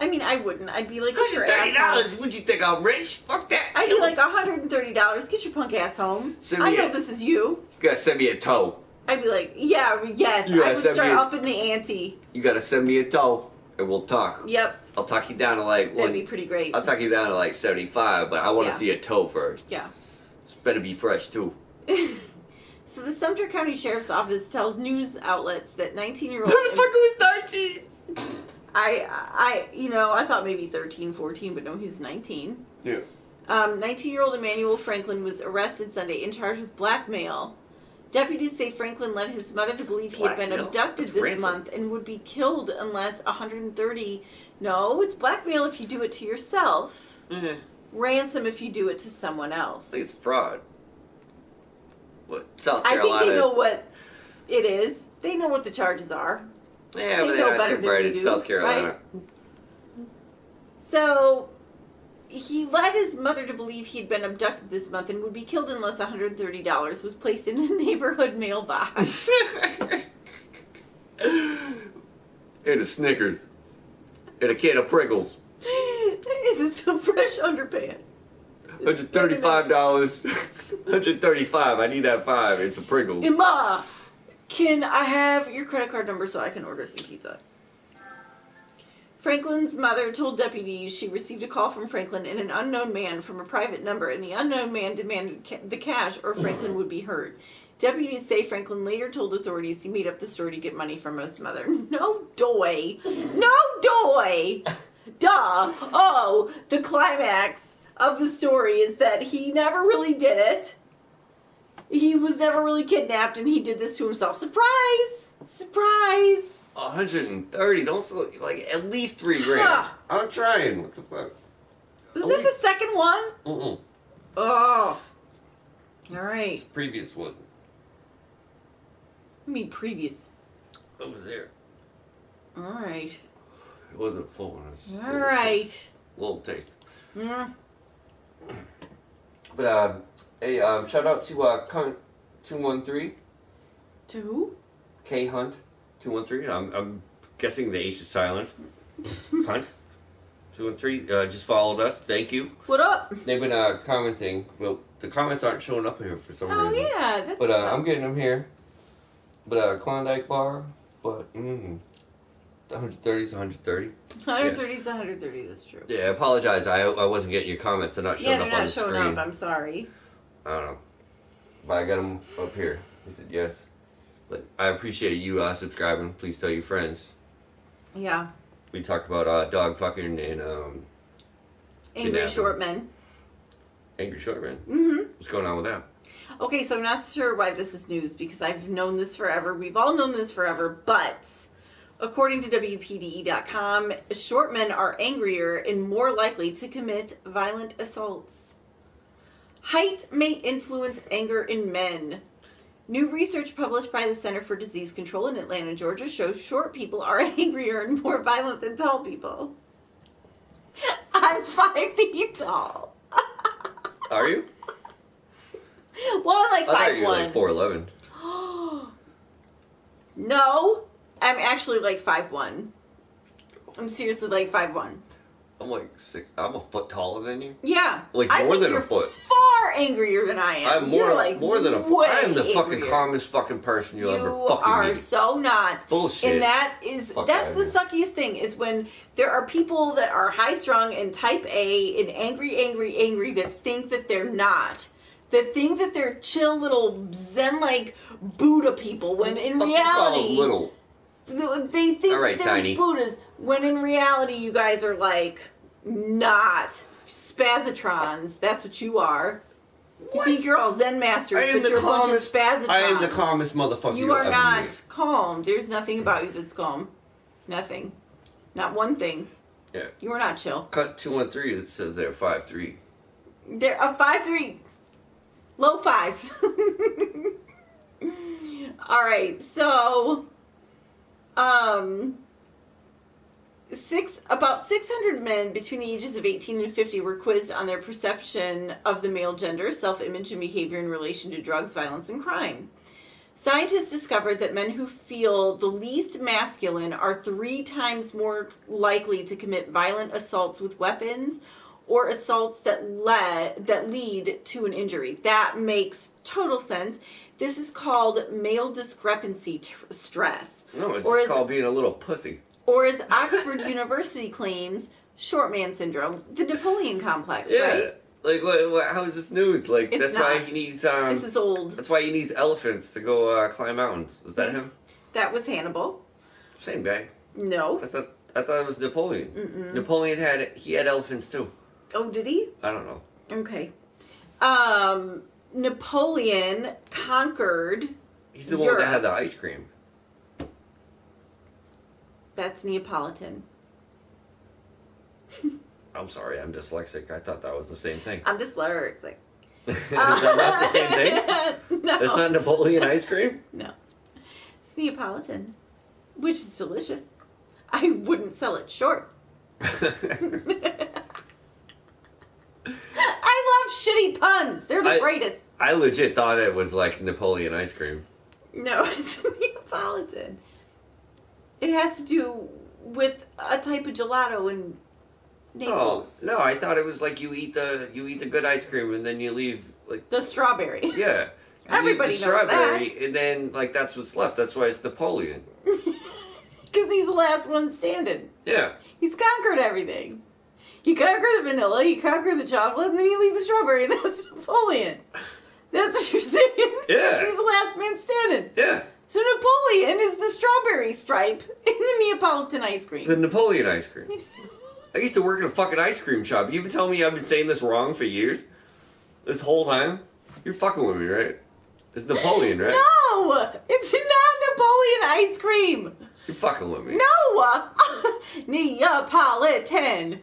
Speaker 2: I mean, I wouldn't. I'd be like,
Speaker 1: Hundred thirty
Speaker 2: "Your ass
Speaker 1: dollars? Would you think I'm rich? Fuck that!
Speaker 2: home." I'd be
Speaker 1: Kill
Speaker 2: like,
Speaker 1: him.
Speaker 2: $130. Get your punk ass home.
Speaker 1: Send
Speaker 2: I
Speaker 1: me
Speaker 2: know
Speaker 1: a-
Speaker 2: this is you.
Speaker 1: you gotta send me a tow.
Speaker 2: I'd be like, yeah, yes.
Speaker 1: You
Speaker 2: I
Speaker 1: gotta
Speaker 2: would
Speaker 1: send me
Speaker 2: start
Speaker 1: a-
Speaker 2: up in the ante.
Speaker 1: You gotta send me a tow, and we'll talk.
Speaker 2: Yep,
Speaker 1: I'll talk you down to like
Speaker 2: that'd be
Speaker 1: one.
Speaker 2: pretty great.
Speaker 1: I'll talk you down to like seventy-five, but I want to
Speaker 2: Yeah.
Speaker 1: see a tow first.
Speaker 2: Yeah.
Speaker 1: It's better be fresh too.
Speaker 2: so the Sumter County Sheriff's Office tells news outlets that 19-year-old
Speaker 1: Who the fuck was nineteen?
Speaker 2: I I you know, I thought maybe 13, 14, but no, he's 19.
Speaker 1: Yeah.
Speaker 2: Um, 19-year-old Emmanuel Franklin was arrested Sunday and charged with blackmail. Deputies say Franklin led his mother to believe he had been
Speaker 1: Blackmail?
Speaker 2: abducted
Speaker 1: That's
Speaker 2: this
Speaker 1: ransom.
Speaker 2: month and would be killed unless 130 No, it's blackmail if you do it to yourself.
Speaker 1: Mm.
Speaker 2: Ransom if you do it to someone else.
Speaker 1: I think it's fraud. What South
Speaker 2: I
Speaker 1: Carolina?
Speaker 2: think they know what it is. They know what the charges are.
Speaker 1: Yeah,
Speaker 2: They
Speaker 1: but
Speaker 2: know
Speaker 1: they're not
Speaker 2: better
Speaker 1: too
Speaker 2: than
Speaker 1: bright
Speaker 2: we
Speaker 1: in
Speaker 2: do,
Speaker 1: South Carolina.
Speaker 2: So he led his mother to believe he'd been abducted this month and would be killed unless $130 was placed in a neighborhood mailbox.
Speaker 1: and a Snickers. And a can of Pringles.
Speaker 2: it is some fresh underpants.
Speaker 1: Hundred thirty-five dollars. Hundred thirty-five. I need that five. It's a Pringles.
Speaker 2: Emma, can I have your credit card number so I can order some pizza? Franklin's mother told deputies she received a call from Franklin and an unknown man from a private number, and the unknown man demanded ca- the cash or Franklin would be hurt. Deputies say Franklin later told authorities he made up the story to get money from his mother. No doy. No doy! Duh! Oh, the climax of the story is that he never really did it he was never really kidnapped and he did this to himself. Surprise! Surprise!
Speaker 1: hundred and thirty. Don't sl- like at least three grand.
Speaker 2: Ah.
Speaker 1: I'm trying. What the fuck?
Speaker 2: Was that the second one?
Speaker 1: Mm-mm.
Speaker 2: Oh. All right.
Speaker 1: Previous one.
Speaker 2: I mean, previous.
Speaker 1: It was there.
Speaker 2: All right.
Speaker 1: It wasn't a full one. It was just a
Speaker 2: All
Speaker 1: little
Speaker 2: right.
Speaker 1: taste. Little taste.
Speaker 2: Mm.
Speaker 1: But um, hey, um, shout out to uh, Cunt two one three
Speaker 2: To who?
Speaker 1: K Hunt two one three. I'm I'm guessing the H is silent. Hunt two and three uh, just followed us. Thank you.
Speaker 2: What up?
Speaker 1: They've been uh, commenting. Well, the comments aren't showing up here for some
Speaker 2: Oh,
Speaker 1: reason.
Speaker 2: yeah. That's
Speaker 1: But uh, I'm getting them here. But uh, Klondike Bar. But mm, 130 is 130.
Speaker 2: 130 is 130. That's true.
Speaker 1: Yeah, I apologize. I, I wasn't getting your comments. They're not showing
Speaker 2: Yeah, they're
Speaker 1: up on
Speaker 2: not
Speaker 1: the
Speaker 2: showing
Speaker 1: screen.
Speaker 2: up. I'm sorry.
Speaker 1: I don't know. But I got him up here. He said yes. But I appreciate you uh, subscribing. Please tell your friends.
Speaker 2: Yeah,
Speaker 1: We talk about uh, dog fucking and um,
Speaker 2: angry
Speaker 1: Kidnapping.
Speaker 2: short men.
Speaker 1: angry short man.
Speaker 2: hmm
Speaker 1: What's going on with that?
Speaker 2: Okay, so I'm not sure why this is news because I've known this forever. We've all known this forever, but according to WPDE.com, E short men are angrier and more likely to commit violent assaults. Height may influence anger in men. New research published by the Center for Disease Control in Atlanta, Georgia shows short people are angrier and more violent than tall people. I'm five feet tall.
Speaker 1: Are you?
Speaker 2: Well, I'm like
Speaker 1: I thought
Speaker 2: five
Speaker 1: you were
Speaker 2: one.
Speaker 1: like 4'11.
Speaker 2: no, I'm actually like five one. I'm seriously like five one.
Speaker 1: I'm like six. I'm a foot taller than you.
Speaker 2: Yeah,
Speaker 1: Like,
Speaker 2: I
Speaker 1: more
Speaker 2: think
Speaker 1: than a
Speaker 2: you're
Speaker 1: foot.
Speaker 2: Far angrier than I am.
Speaker 1: I'm more
Speaker 2: You're, like
Speaker 1: more than a
Speaker 2: way
Speaker 1: foot. I am the fucking
Speaker 2: angrier.
Speaker 1: calmest fucking person
Speaker 2: You
Speaker 1: you'll ever fucking
Speaker 2: are
Speaker 1: meet.
Speaker 2: so not.
Speaker 1: Bullshit.
Speaker 2: And that is
Speaker 1: Fuck
Speaker 2: that's
Speaker 1: out
Speaker 2: the
Speaker 1: of
Speaker 2: suckiest thing is when there are people that are high strung and type A and angry, angry, angry that think that they're not. That think that they're chill little zen like Buddha people when in
Speaker 1: Fuck you call him
Speaker 2: reality
Speaker 1: little.
Speaker 2: th- they think
Speaker 1: All right,
Speaker 2: they're
Speaker 1: Tiny.
Speaker 2: Buddhas when in reality you guys are like not spazatrons. That's what you are. You think you're all Zen masters,
Speaker 1: I am
Speaker 2: but
Speaker 1: the
Speaker 2: you're
Speaker 1: calmest.
Speaker 2: a bunch of spazatrons.
Speaker 1: I am the calmest motherfucker
Speaker 2: You
Speaker 1: will
Speaker 2: are
Speaker 1: ever
Speaker 2: not
Speaker 1: meet.
Speaker 2: calm. There's nothing about you that's calm. Nothing. Not one thing.
Speaker 1: Yeah.
Speaker 2: You are not chill.
Speaker 1: Cut two one three. It says they're five three.
Speaker 2: They're a five three, low five. All right, so, um, six about six hundred men between the ages of eighteen and fifty were quizzed on their perception of the male gender, self-image, and behavior in relation to drugs, violence, and crime. Scientists discovered that men who feel the least masculine are three times more likely to commit violent assaults with weapons or assaults that led that lead to an injury. That makes total sense. This is called male discrepancy t- stress,
Speaker 1: No, it's
Speaker 2: Or
Speaker 1: just
Speaker 2: is-
Speaker 1: called being a little pussy.
Speaker 2: or as Oxford University claims, short man syndrome, the Napoleon complex.
Speaker 1: Yeah.
Speaker 2: Right?
Speaker 1: Like what, what? How is this news? Like
Speaker 2: It's
Speaker 1: that's why
Speaker 2: not.
Speaker 1: he needs. Um,
Speaker 2: This is old.
Speaker 1: that's why he needs elephants to go uh, climb mountains. Was
Speaker 2: Hmm?
Speaker 1: that him?
Speaker 2: That was Hannibal.
Speaker 1: Same guy.
Speaker 2: No.
Speaker 1: I thought. I thought it was Napoleon.
Speaker 2: Mm-mm.
Speaker 1: Napoleon had he had elephants too.
Speaker 2: Oh, did he?
Speaker 1: I don't know.
Speaker 2: Okay. Um, Napoleon conquered.
Speaker 1: He's the one that had the ice cream.
Speaker 2: That's Neapolitan.
Speaker 1: I'm sorry, I'm dyslexic. I thought that was the same thing.
Speaker 2: I'm dyslexic.
Speaker 1: Is that not the same thing?
Speaker 2: no.
Speaker 1: It's not Napoleon ice cream.
Speaker 2: No. It's Neapolitan, which is delicious. I wouldn't sell it short. I love shitty puns. They're the
Speaker 1: I-
Speaker 2: greatest.
Speaker 1: I legit thought it was like Napoleon ice cream.
Speaker 2: No, it's Neapolitan. It has to do with a type of gelato in
Speaker 1: Oh
Speaker 2: Naples.
Speaker 1: no, I thought it was like you eat the you eat the good ice cream and then you leave like
Speaker 2: The strawberry.
Speaker 1: yeah. You leave
Speaker 2: Everybody
Speaker 1: the
Speaker 2: knows
Speaker 1: strawberry and then like that's what's left. That's why it's Napoleon.
Speaker 2: Because he's the last one standing.
Speaker 1: Yeah.
Speaker 2: He's conquered everything. You conquer the vanilla, you conquer the chocolate, and then you leave the strawberry, and that's Napoleon. That's what you're saying.
Speaker 1: Yeah.
Speaker 2: He's the last man standing.
Speaker 1: Yeah.
Speaker 2: So Napoleon is the strawberry stripe in the Neapolitan ice cream.
Speaker 1: The Napoleon ice cream. I used to work in a fucking ice cream shop. You've been telling me I've been saying this wrong for years? This whole time? You're fucking with me, right? It's Napoleon, right?
Speaker 2: No! It's not Napoleon ice cream!
Speaker 1: You're fucking with me.
Speaker 2: No! Neapolitan!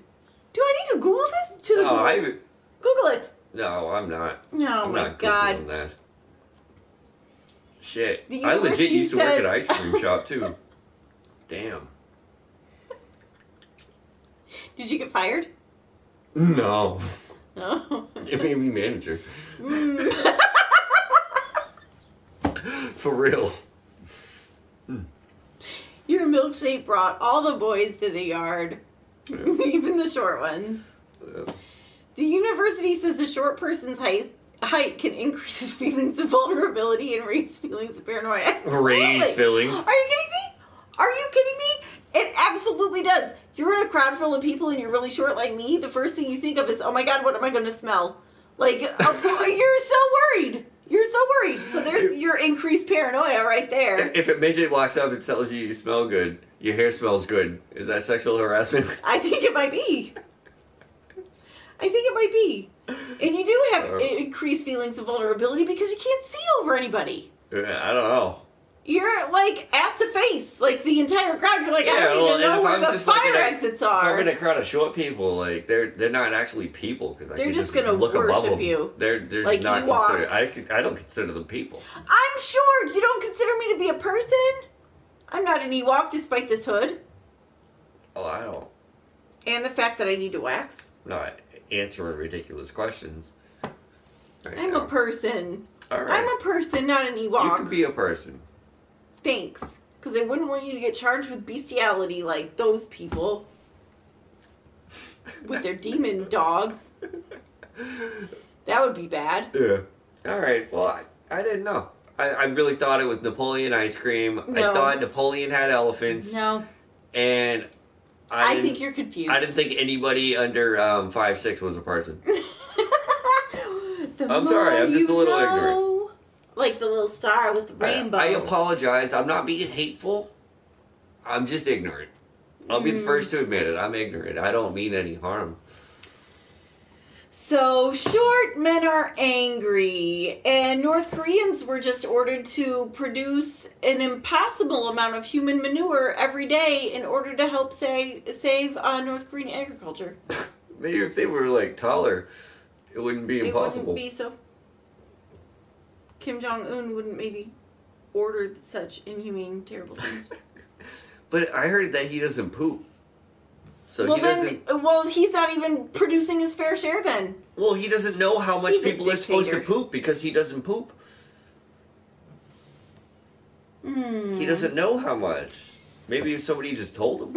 Speaker 2: Do I need to Google this? To the
Speaker 1: No,
Speaker 2: Googles.
Speaker 1: Oh, I,
Speaker 2: Google it!
Speaker 1: no I'm not.
Speaker 2: Oh
Speaker 1: I'm
Speaker 2: my
Speaker 1: not
Speaker 2: god.
Speaker 1: Googling that. Shit.
Speaker 2: The
Speaker 1: I legit
Speaker 2: university
Speaker 1: used to work at
Speaker 2: said-
Speaker 1: an ice cream shop, too. Damn.
Speaker 2: Did you get fired?
Speaker 1: No.
Speaker 2: No.
Speaker 1: It made me manager.
Speaker 2: Mm.
Speaker 1: For real.
Speaker 2: Your milkshake brought all the boys to the yard,
Speaker 1: Yeah.
Speaker 2: even the short ones.
Speaker 1: Yeah.
Speaker 2: The university says a short person's height, height can increase his feelings of vulnerability and raise feelings of paranoia.
Speaker 1: Raise
Speaker 2: Absolutely.
Speaker 1: feelings.
Speaker 2: Are you kidding me? Are you kidding me? It absolutely does. You're in a crowd full of people and you're really short like me. The first thing you think of is, oh my god, what am I going to smell? Like of course- you're so worried. You're so worried. So there's your increased paranoia right there.
Speaker 1: If a midget walks up and tells you you smell good, your hair smells good, is that sexual harassment?
Speaker 2: I think it might be. I think it might be. And you do have
Speaker 1: Uh.
Speaker 2: i- increased feelings of vulnerability because you can't see over anybody.
Speaker 1: Yeah, I don't know.
Speaker 2: You're like ass to face, like the entire crowd. You're like, I don't
Speaker 1: well,
Speaker 2: even know
Speaker 1: if
Speaker 2: where
Speaker 1: I'm
Speaker 2: the
Speaker 1: just
Speaker 2: fire
Speaker 1: looking at-
Speaker 2: exits
Speaker 1: If
Speaker 2: are.
Speaker 1: I'm in a crowd of short people, like they're they're not actually people because
Speaker 2: They're
Speaker 1: just
Speaker 2: just gonna
Speaker 1: look above
Speaker 2: worship
Speaker 1: them.
Speaker 2: you.
Speaker 1: They're they're
Speaker 2: Like
Speaker 1: not
Speaker 2: Ewoks.
Speaker 1: considered. I c- I don't consider them people.
Speaker 2: I'm sure you don't consider me to be a person. I'm not an Ewok despite this hood
Speaker 1: Oh, I don't.
Speaker 2: and the fact that I need to wax.
Speaker 1: I'm not answering ridiculous questions. Right
Speaker 2: I'm
Speaker 1: now.
Speaker 2: a person.
Speaker 1: All right.
Speaker 2: I'm a person, not an
Speaker 1: you
Speaker 2: Ewok.
Speaker 1: could be a person.
Speaker 2: Thanks. Because I wouldn't want you to get charged with bestiality like those people with their demon dogs. That would be bad.
Speaker 1: Yeah. All right. Well, I, I didn't know. I, I really thought it was Napoleon ice cream. I
Speaker 2: No.
Speaker 1: thought Napoleon had elephants.
Speaker 2: No.
Speaker 1: And I,
Speaker 2: I,
Speaker 1: didn't,
Speaker 2: think you're confused.
Speaker 1: I didn't think anybody under um, five six was a person.
Speaker 2: The
Speaker 1: I'm sorry, I'm
Speaker 2: more
Speaker 1: just a
Speaker 2: you
Speaker 1: little
Speaker 2: know. Like the little star with the rainbow.
Speaker 1: I, I apologize. I'm not being hateful. I'm just ignorant. I'll be the
Speaker 2: Mm.
Speaker 1: first to admit it. I'm ignorant. I don't mean any harm.
Speaker 2: So short men are angry, and North Koreans were just ordered to produce an impossible amount of human manure every day in order to help say, save uh, North Korean agriculture.
Speaker 1: Maybe if they were like taller, it wouldn't be impossible.
Speaker 2: It wouldn't be so. Kim Jong Un wouldn't maybe order such inhumane, terrible things.
Speaker 1: but I heard that he doesn't poop. So
Speaker 2: well,
Speaker 1: he doesn't.
Speaker 2: then, well, he's not even producing his fair share. Then
Speaker 1: Well, he doesn't know how much
Speaker 2: He's a
Speaker 1: people are supposed to
Speaker 2: dictator.
Speaker 1: poop because he doesn't poop.
Speaker 2: Hmm.
Speaker 1: He doesn't know how much. Maybe if somebody just told him.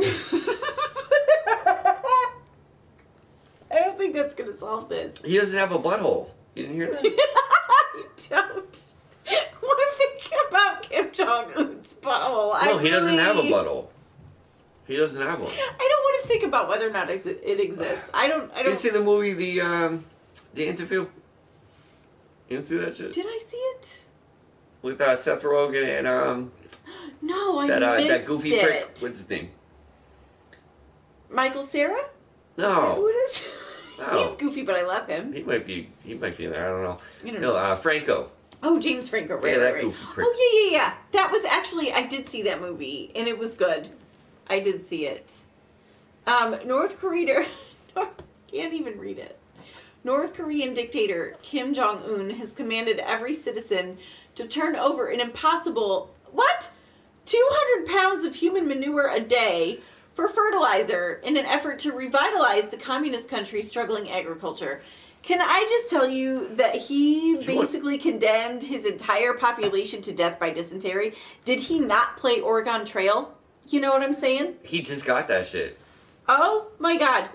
Speaker 2: I don't think that's gonna solve this.
Speaker 1: He doesn't have a butthole. You didn't hear that?
Speaker 2: I don't want to think about Kim Jong Un's butthole. I
Speaker 1: No, he doesn't have a
Speaker 2: really-
Speaker 1: butthole. He doesn't have one.
Speaker 2: I don't want to think about whether or not ex- it exists. I don't. I
Speaker 1: You didn't
Speaker 2: don't.
Speaker 1: see the movie The um, The Interview? You didn't see that shit
Speaker 2: Did I see it?
Speaker 1: with uh, Seth Rogen and um
Speaker 2: No, I
Speaker 1: that uh,
Speaker 2: missed
Speaker 1: that goofy
Speaker 2: it.
Speaker 1: prick. What's his name?
Speaker 2: Michael Sarah? Who
Speaker 1: No,
Speaker 2: it is?
Speaker 1: No.
Speaker 2: He's goofy, but I love him.
Speaker 1: he might be. He might be in there. I don't know.
Speaker 2: You don't
Speaker 1: No,
Speaker 2: know.
Speaker 1: uh, Franco.
Speaker 2: Oh, James Franco. Right,
Speaker 1: Yeah,
Speaker 2: right,
Speaker 1: that
Speaker 2: right.
Speaker 1: goofy prick.
Speaker 2: Oh yeah, yeah, yeah. That was actually I did see that movie and it was good. I did see it. Um, North Korea can't even read it. North Korean dictator Kim Jong Un has commanded every citizen to turn over an impossible what 200 pounds of human manure a day for fertilizer in an effort to revitalize the communist country's struggling agriculture. Can I just tell you that he
Speaker 1: He was-
Speaker 2: basically condemned his entire population to death by dysentery? Did he not play Oregon Trail? You know what I'm saying?
Speaker 1: He just got that shit.
Speaker 2: Oh my god.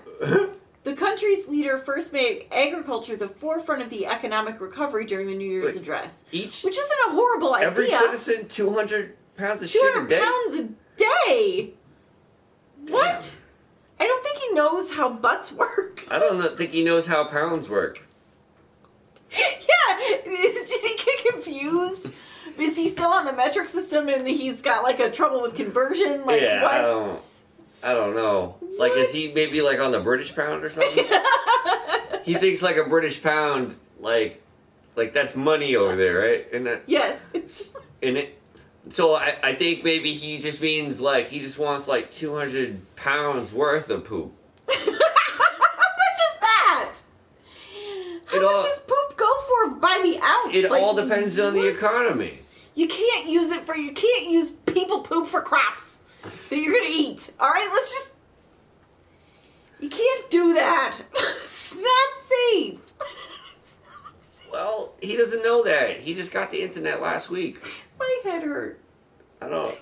Speaker 2: The country's leader first made agriculture the forefront of the economic recovery during the New Year's
Speaker 1: Wait.
Speaker 2: address,
Speaker 1: Each
Speaker 2: which isn't a horrible idea.
Speaker 1: every citizen 200 pounds of shit a
Speaker 2: 200
Speaker 1: day.
Speaker 2: pounds a day. What?
Speaker 1: Damn.
Speaker 2: I don't think he knows how butts work.
Speaker 1: I don't know, think he knows how pounds work.
Speaker 2: yeah, did he get confused? Is he still on the metric system and he's got like a trouble with conversion? Like
Speaker 1: Yeah, I
Speaker 2: what?
Speaker 1: I don't know. Like, is he
Speaker 2: What?
Speaker 1: maybe like on the British pound or something? he thinks like a British pound, like, like that's money over there, right? And that,
Speaker 2: yes.
Speaker 1: and it. So I, I think maybe he just means like he just wants like 200 pounds worth of poop.
Speaker 2: How much is that? How
Speaker 1: It
Speaker 2: much
Speaker 1: all-
Speaker 2: does poop go for by the ounce?
Speaker 1: It
Speaker 2: Like,
Speaker 1: all depends on the
Speaker 2: what?
Speaker 1: economy.
Speaker 2: You can't use it for you can't use people poop for crops that you're gonna eat. All right, let's just. You can't do that. it's not safe.
Speaker 1: Well, he doesn't know that. He just got the internet last week.
Speaker 2: My head hurts.
Speaker 1: I don't.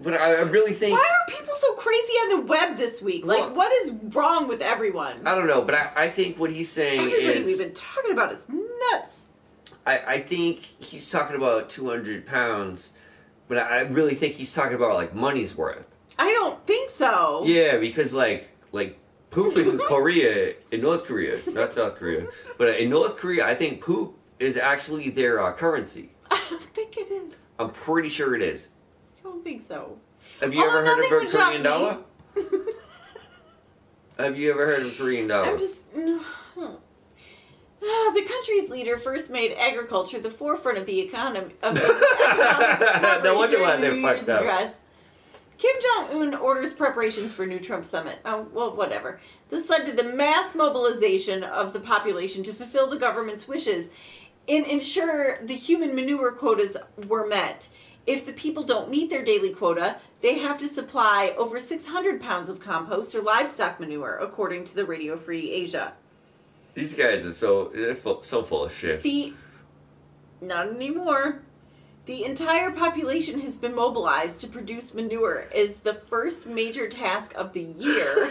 Speaker 1: But I, I really think
Speaker 2: Why are people so crazy on the web this week? Like,
Speaker 1: Well-
Speaker 2: what is wrong with everyone?
Speaker 1: I don't know, but I, I think what he's saying
Speaker 2: Everybody
Speaker 1: is
Speaker 2: we've been talking about is nuts.
Speaker 1: I, I think he's talking about 200 pounds, but I I really think he's talking about like money's worth.
Speaker 2: I don't think so.
Speaker 1: Yeah, because like like poop in Korea, in North Korea, not South Korea, but in North Korea, I think poop is actually their uh, currency.
Speaker 2: I don't think it is.
Speaker 1: I'm pretty sure it is.
Speaker 2: I don't think so.
Speaker 1: Have you
Speaker 2: Oh,
Speaker 1: ever heard of
Speaker 2: nothing
Speaker 1: a
Speaker 2: would shock
Speaker 1: Korean
Speaker 2: me.
Speaker 1: dollar? Have you ever heard of a Korean dollar?
Speaker 2: I'm just. no. Ah, the country's leader first made agriculture the forefront of the economy. Of the economic recovery
Speaker 1: No wonder why
Speaker 2: during
Speaker 1: they're
Speaker 2: New
Speaker 1: fucked
Speaker 2: Year's
Speaker 1: up.
Speaker 2: address. Kim Jong Un orders preparations for new Trump summit. Oh well, whatever. This led to the mass mobilization of the population to fulfill the government's wishes and ensure the human manure quotas were met. If the people don't meet their daily quota, they have to supply over 600 pounds of compost or livestock manure, according to the Radio Free Asia.
Speaker 1: These guys are so they're full, so full of shit.
Speaker 2: The not anymore. The entire population has been mobilized to produce manure is the first major task of the year.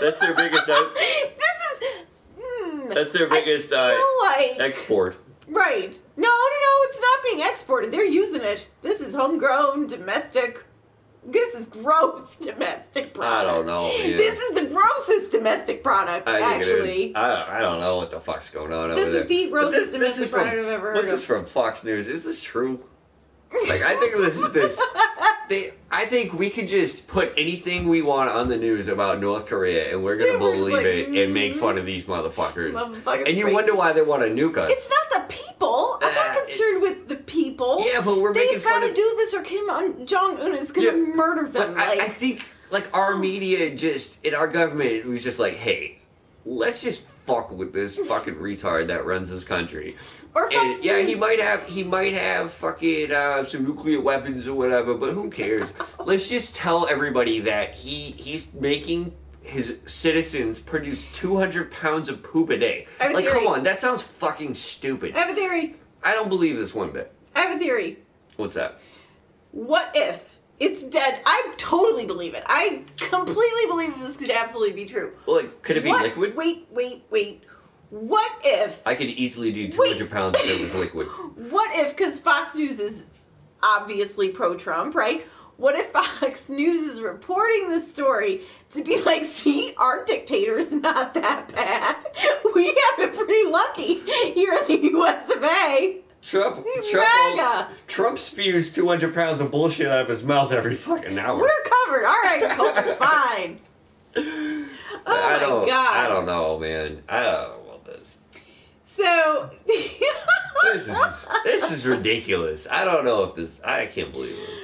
Speaker 1: That's their biggest out-
Speaker 2: this is mm,
Speaker 1: That's their biggest uh,
Speaker 2: I feel like
Speaker 1: export.
Speaker 2: right. No, no, no. It's not being exported. They're using it. This is homegrown, domestic. This is gross domestic
Speaker 1: I
Speaker 2: product.
Speaker 1: don't know. yeah.
Speaker 2: This is the grossest domestic product,
Speaker 1: I think it
Speaker 2: actually.
Speaker 1: is. I don't, I don't know what the fuck's going on over
Speaker 2: This
Speaker 1: there.
Speaker 2: is the
Speaker 1: But this-
Speaker 2: grossest
Speaker 1: this
Speaker 2: domestic
Speaker 1: is from-
Speaker 2: product I've ever heard
Speaker 1: What's
Speaker 2: of.
Speaker 1: this from Fox News? Is this true? Like I think this is this. They, I think we could just put anything we want on the news about North Korea, and we're gonna
Speaker 2: They were just
Speaker 1: believe
Speaker 2: like,
Speaker 1: it and make
Speaker 2: mm.
Speaker 1: fun of these motherfuckers.
Speaker 2: Motherfuckers
Speaker 1: and you
Speaker 2: crazy.
Speaker 1: wonder why they want to nuke us.
Speaker 2: It's not the people. I'm
Speaker 1: Ah,
Speaker 2: not concerned with the people.
Speaker 1: yeah, but we're making
Speaker 2: They've
Speaker 1: fun
Speaker 2: got
Speaker 1: of.
Speaker 2: to do this, or Kim Un- Jong Un is going
Speaker 1: Yeah,
Speaker 2: to murder them.
Speaker 1: But I,
Speaker 2: like, hmm.
Speaker 1: I think like our media just in our government it was just like, hey, let's just fuck with this fucking retard that runs this country.
Speaker 2: or Fox
Speaker 1: And yeah, he
Speaker 2: News.
Speaker 1: might have he might have fucking uh, some nuclear weapons or whatever, but who cares? Let's just tell everybody that he he's making his citizens produce 200 pounds of poop a day.
Speaker 2: I have a
Speaker 1: Like, come
Speaker 2: theory.
Speaker 1: on, that sounds fucking stupid.
Speaker 2: I have a theory.
Speaker 1: I don't believe this one bit.
Speaker 2: I have a theory.
Speaker 1: What's that?
Speaker 2: What if it's dead? I totally believe it. I completely believe this could absolutely be true.
Speaker 1: Well, like, could it be
Speaker 2: what?
Speaker 1: liquid?
Speaker 2: Wait, wait, wait. What if?
Speaker 1: I could easily do
Speaker 2: Wait.
Speaker 1: 200 pounds if it was liquid.
Speaker 2: What if, because Fox News is obviously pro Trump, right? What if Fox News is reporting this story to be like, see, our dictator's not that bad. We have it pretty lucky here in the US of A.
Speaker 1: Trump, Trump,
Speaker 2: MAGA.
Speaker 1: Trump spews 200 pounds of bullshit out of his mouth every fucking hour.
Speaker 2: We're covered. Our agriculture's fine. Oh
Speaker 1: I
Speaker 2: my
Speaker 1: don't,
Speaker 2: god.
Speaker 1: I don't know, man. I don't know about this.
Speaker 2: So
Speaker 1: This is, this is ridiculous. I don't know if this, I can't believe this.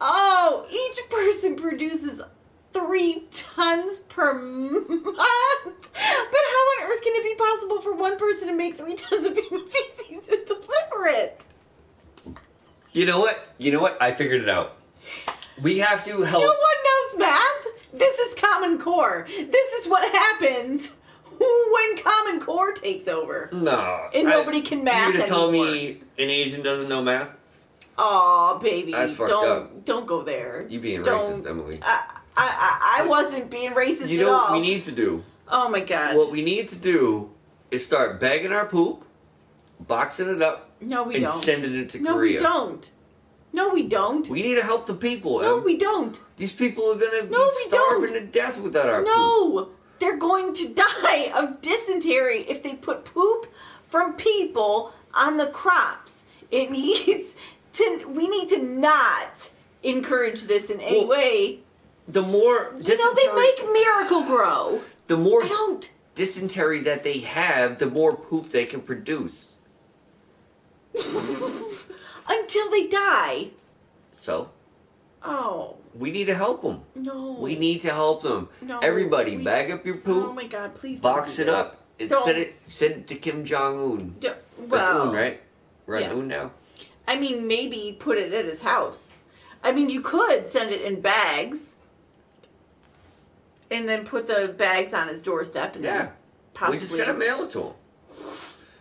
Speaker 2: Oh, each person produces three tons per month. But how on earth can it be possible for one person to make three tons of human feces and deliver it?
Speaker 1: You know what? You know what? I figured it out. We have to help.
Speaker 2: No one knows math. This is Common Core. This is what happens when Common Core takes over.
Speaker 1: No.
Speaker 2: And
Speaker 1: I-
Speaker 2: nobody can math
Speaker 1: You to tell
Speaker 2: anymore.
Speaker 1: me an Asian doesn't know math?
Speaker 2: Oh, baby,
Speaker 1: That's fucked
Speaker 2: don't
Speaker 1: up.
Speaker 2: don't go there.
Speaker 1: You being
Speaker 2: Don't-
Speaker 1: racist, Emily.
Speaker 2: I, I I I wasn't being racist
Speaker 1: You
Speaker 2: at
Speaker 1: know what we
Speaker 2: all.
Speaker 1: need to do?
Speaker 2: oh my god.
Speaker 1: What we need to do is start bagging our poop, boxing it up,
Speaker 2: no, we
Speaker 1: and
Speaker 2: don't.
Speaker 1: sending it to
Speaker 2: No,
Speaker 1: Korea.
Speaker 2: we don't. No, we don't.
Speaker 1: We need to help the people.
Speaker 2: no,
Speaker 1: Em.
Speaker 2: we don't.
Speaker 1: These people are gonna
Speaker 2: No,
Speaker 1: be
Speaker 2: we
Speaker 1: starving to death without our poop.
Speaker 2: No, they're going to die of dysentery if they put poop from people on the crops. It needs to. We need to not encourage this in any
Speaker 1: Well,
Speaker 2: way.
Speaker 1: The more
Speaker 2: You
Speaker 1: dysentery,
Speaker 2: know they make miracle grow.
Speaker 1: the more
Speaker 2: I don't.
Speaker 1: dysentery that they have, the more poop they can produce.
Speaker 2: Until they die.
Speaker 1: So
Speaker 2: Oh
Speaker 1: we need to help them.
Speaker 2: no.
Speaker 1: We need to help them.
Speaker 2: No,
Speaker 1: Everybody,
Speaker 2: we-
Speaker 1: bag up your
Speaker 2: Oh
Speaker 1: poop,
Speaker 2: my God! Please don't
Speaker 1: box
Speaker 2: do
Speaker 1: it
Speaker 2: this.
Speaker 1: up, and
Speaker 2: Don't.
Speaker 1: send it send it to Kim Jong Un.
Speaker 2: Don't-
Speaker 1: That's
Speaker 2: well,
Speaker 1: Un, right? We're on
Speaker 2: yeah.
Speaker 1: Un now.
Speaker 2: I mean, maybe put it at his house. I mean, you could send it in bags and then put the bags on his doorstep and
Speaker 1: Yeah,
Speaker 2: then
Speaker 1: we
Speaker 2: possibly.
Speaker 1: just gotta mail it to them.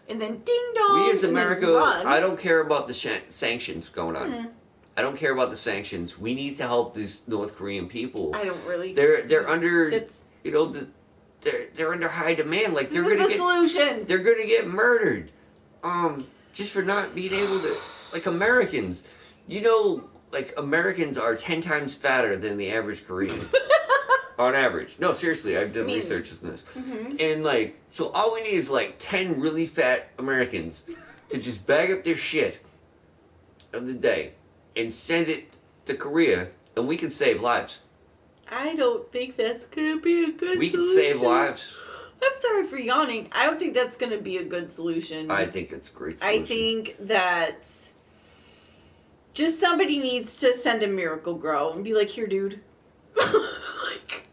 Speaker 2: and then ding dong.
Speaker 1: We as
Speaker 2: and then
Speaker 1: America,
Speaker 2: run.
Speaker 1: I don't care about the shan sanctions going on.
Speaker 2: Mhm.
Speaker 1: I don't care about the sanctions. We need to help these North Korean people.
Speaker 2: I don't really.
Speaker 1: They're they're under
Speaker 2: That's,
Speaker 1: you know the, they're they're under high demand. Like
Speaker 2: this
Speaker 1: they're
Speaker 2: is
Speaker 1: gonna
Speaker 2: the
Speaker 1: get
Speaker 2: solution.
Speaker 1: they're gonna get murdered. Um, just for not being able to like Americans. You know, like Americans are ten times fatter than the average Korean. On average. No, seriously, I've done
Speaker 2: Mean.
Speaker 1: research on this.
Speaker 2: hmm
Speaker 1: And like, so all we need is like ten really fat Americans to just bag up their shit of the day and send it to Korea, and we can save lives.
Speaker 2: I don't think that's gonna be a good.
Speaker 1: We can
Speaker 2: solution.
Speaker 1: save lives.
Speaker 2: I'm sorry for yawning. I don't think that's gonna be a good solution.
Speaker 1: I think that's a great. Solution.
Speaker 2: I think that just somebody needs to send a miracle grow and be like, here, dude. like,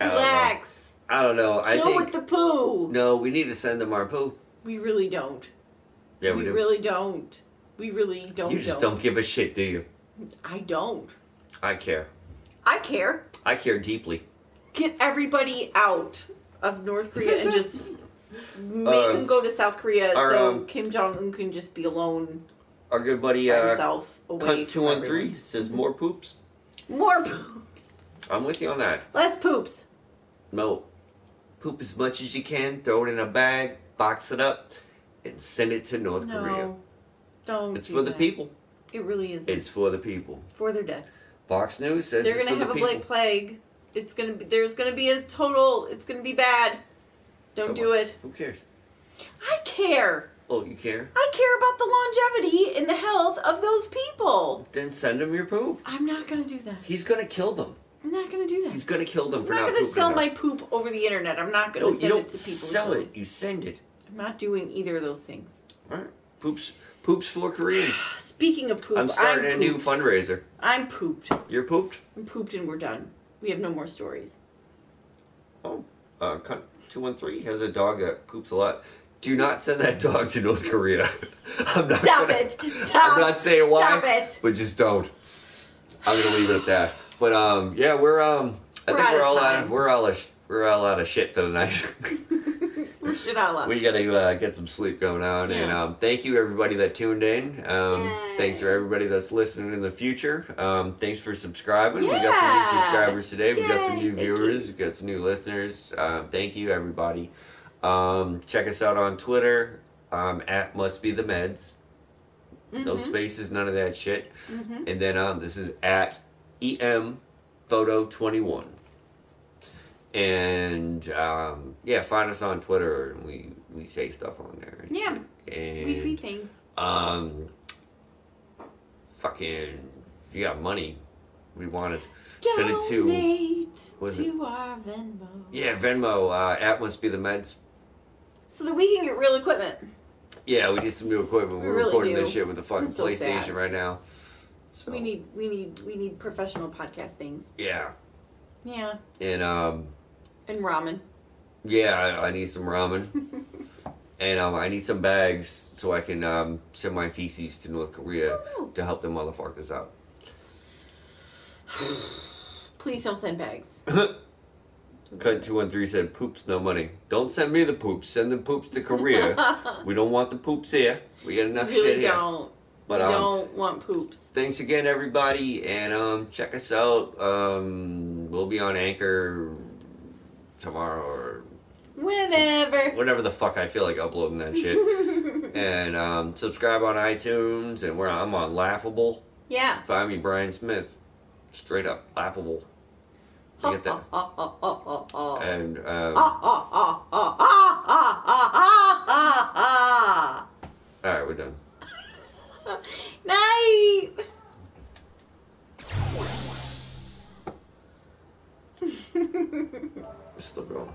Speaker 1: I don't know.
Speaker 2: relax.
Speaker 1: I don't know. I
Speaker 2: Chill
Speaker 1: think
Speaker 2: with the poo.
Speaker 1: no. We need to send them our poo.
Speaker 2: We really don't.
Speaker 1: Yeah,
Speaker 2: we
Speaker 1: we, do.
Speaker 2: really don't. We really don't.
Speaker 1: you just
Speaker 2: don't.
Speaker 1: don't. give a shit, do you?
Speaker 2: I don't.
Speaker 1: I care.
Speaker 2: I care.
Speaker 1: I care deeply.
Speaker 2: Get everybody out of North Korea and just make
Speaker 1: Uh,
Speaker 2: them go to South Korea
Speaker 1: our,
Speaker 2: so
Speaker 1: um,
Speaker 2: Kim Jong Un can just be alone
Speaker 1: Our good buddy
Speaker 2: by
Speaker 1: uh,
Speaker 2: himself, away
Speaker 1: Cunt
Speaker 2: from
Speaker 1: Two One Three
Speaker 2: everyone.
Speaker 1: says more poops.
Speaker 2: More poops.
Speaker 1: I'm with you on that.
Speaker 2: Less poops.
Speaker 1: No, poop as much as you can. Throw it in a bag, box it up, and send it to North
Speaker 2: no,
Speaker 1: Korea.
Speaker 2: don't.
Speaker 1: It's
Speaker 2: do
Speaker 1: for the
Speaker 2: that.
Speaker 1: people.
Speaker 2: It really is.
Speaker 1: It's for the people.
Speaker 2: for their deaths.
Speaker 1: Fox News says
Speaker 2: They're
Speaker 1: it's
Speaker 2: gonna
Speaker 1: for
Speaker 2: have
Speaker 1: the
Speaker 2: a
Speaker 1: people.
Speaker 2: Black Plague. It's gonna be. There's gonna be a total. It's gonna be bad. Don't
Speaker 1: Come
Speaker 2: do it.
Speaker 1: Who cares?
Speaker 2: I care.
Speaker 1: Oh, you care?
Speaker 2: I care about the longevity and the health of those people.
Speaker 1: Then send them your poop.
Speaker 2: I'm not gonna do that.
Speaker 1: He's gonna kill them.
Speaker 2: I'm not gonna do that.
Speaker 1: He's gonna kill them
Speaker 2: I'm
Speaker 1: for
Speaker 2: not
Speaker 1: not,
Speaker 2: gonna
Speaker 1: pooping
Speaker 2: sell
Speaker 1: enough.
Speaker 2: my poop over the internet. I'm not gonna
Speaker 1: No,
Speaker 2: send
Speaker 1: you don't
Speaker 2: it to people. who
Speaker 1: sell
Speaker 2: sell
Speaker 1: it. You send it.
Speaker 2: I'm not doing either of those things. Ah,
Speaker 1: All right. Poops. Poops for Koreans.
Speaker 2: Speaking of poop,
Speaker 1: I'm starting a new
Speaker 2: pooped.
Speaker 1: fundraiser.
Speaker 2: I'm pooped.
Speaker 1: You're pooped.
Speaker 2: I'm pooped, and we're done. We have no more stories.
Speaker 1: Uh, cunt two one three has a dog that poops a lot. Do not send that dog to North Korea. I'm not.
Speaker 2: Stop
Speaker 1: gonna-
Speaker 2: it. Stop.
Speaker 1: I'm not saying why.
Speaker 2: Stop it.
Speaker 1: But just don't. I'm gonna leave it at that. But um, yeah, we're um, I
Speaker 2: We're
Speaker 1: think
Speaker 2: out
Speaker 1: we're
Speaker 2: of
Speaker 1: all out
Speaker 2: time.
Speaker 1: of we're all out of, we're all out of shit for the night.
Speaker 2: We're shit out loud.
Speaker 1: we gotta uh, get some sleep going on, and
Speaker 2: Yeah.
Speaker 1: um, thank you everybody that tuned in. Um,
Speaker 2: Yay.
Speaker 1: Thanks for everybody that's listening in the future. Um, thanks for subscribing. We got some
Speaker 2: Yeah.
Speaker 1: new subscribers today. We got some
Speaker 2: Yay.
Speaker 1: new
Speaker 2: Thank you.
Speaker 1: viewers. We got some new listeners. Um, thank you everybody. Um, check us out on Twitter um, at Must Be the Meds. No
Speaker 2: Mhm,
Speaker 1: spaces, none of that shit.
Speaker 2: mhm.
Speaker 1: And then um, this is at em photo 21. And um, yeah, find us on Twitter and we, we say stuff on there.
Speaker 2: Yeah, we
Speaker 1: And
Speaker 2: tweet things.
Speaker 1: um, fucking, if you got money. We want it. Send it to-
Speaker 2: Donate
Speaker 1: was
Speaker 2: to our Venmo.
Speaker 1: Yeah, Venmo, uh, at must be the meds.
Speaker 2: So that we can get real equipment.
Speaker 1: Yeah, we need some new equipment.
Speaker 2: We
Speaker 1: We're
Speaker 2: really
Speaker 1: recording this
Speaker 2: do.
Speaker 1: shit with the fucking
Speaker 2: I'm so
Speaker 1: PlayStation
Speaker 2: sad.
Speaker 1: right now. So,
Speaker 2: We need, we need, we need professional podcast things.
Speaker 1: Yeah.
Speaker 2: Yeah,
Speaker 1: And um,
Speaker 2: and ramen.
Speaker 1: yeah, I, I need some ramen. and um, I need some bags so I can um, send my feces to North Korea
Speaker 2: Oh.
Speaker 1: to help the motherfuckers out.
Speaker 2: Please don't send bags.
Speaker 1: Cut two one three said, "Poops, no money. Don't send me the poops. Send the poops to Korea.
Speaker 2: we
Speaker 1: we don't want the poops here. We got enough
Speaker 2: really
Speaker 1: shit here.
Speaker 2: don't.
Speaker 1: But um,
Speaker 2: don't want poops.
Speaker 1: thanks again, everybody, and um, check us out. Um, we'll be on Anchor tomorrow or
Speaker 2: Whenever.
Speaker 1: whenever the fuck I feel like uploading that shit. and um, subscribe on iTunes, and we're I'm on Laughable."
Speaker 2: yeah.
Speaker 1: Find me Brian Smith. Straight up laughable. You get that?
Speaker 2: Oh.
Speaker 1: And
Speaker 2: Ah,
Speaker 1: um,
Speaker 2: Night.
Speaker 1: all right, we're done. It's still going.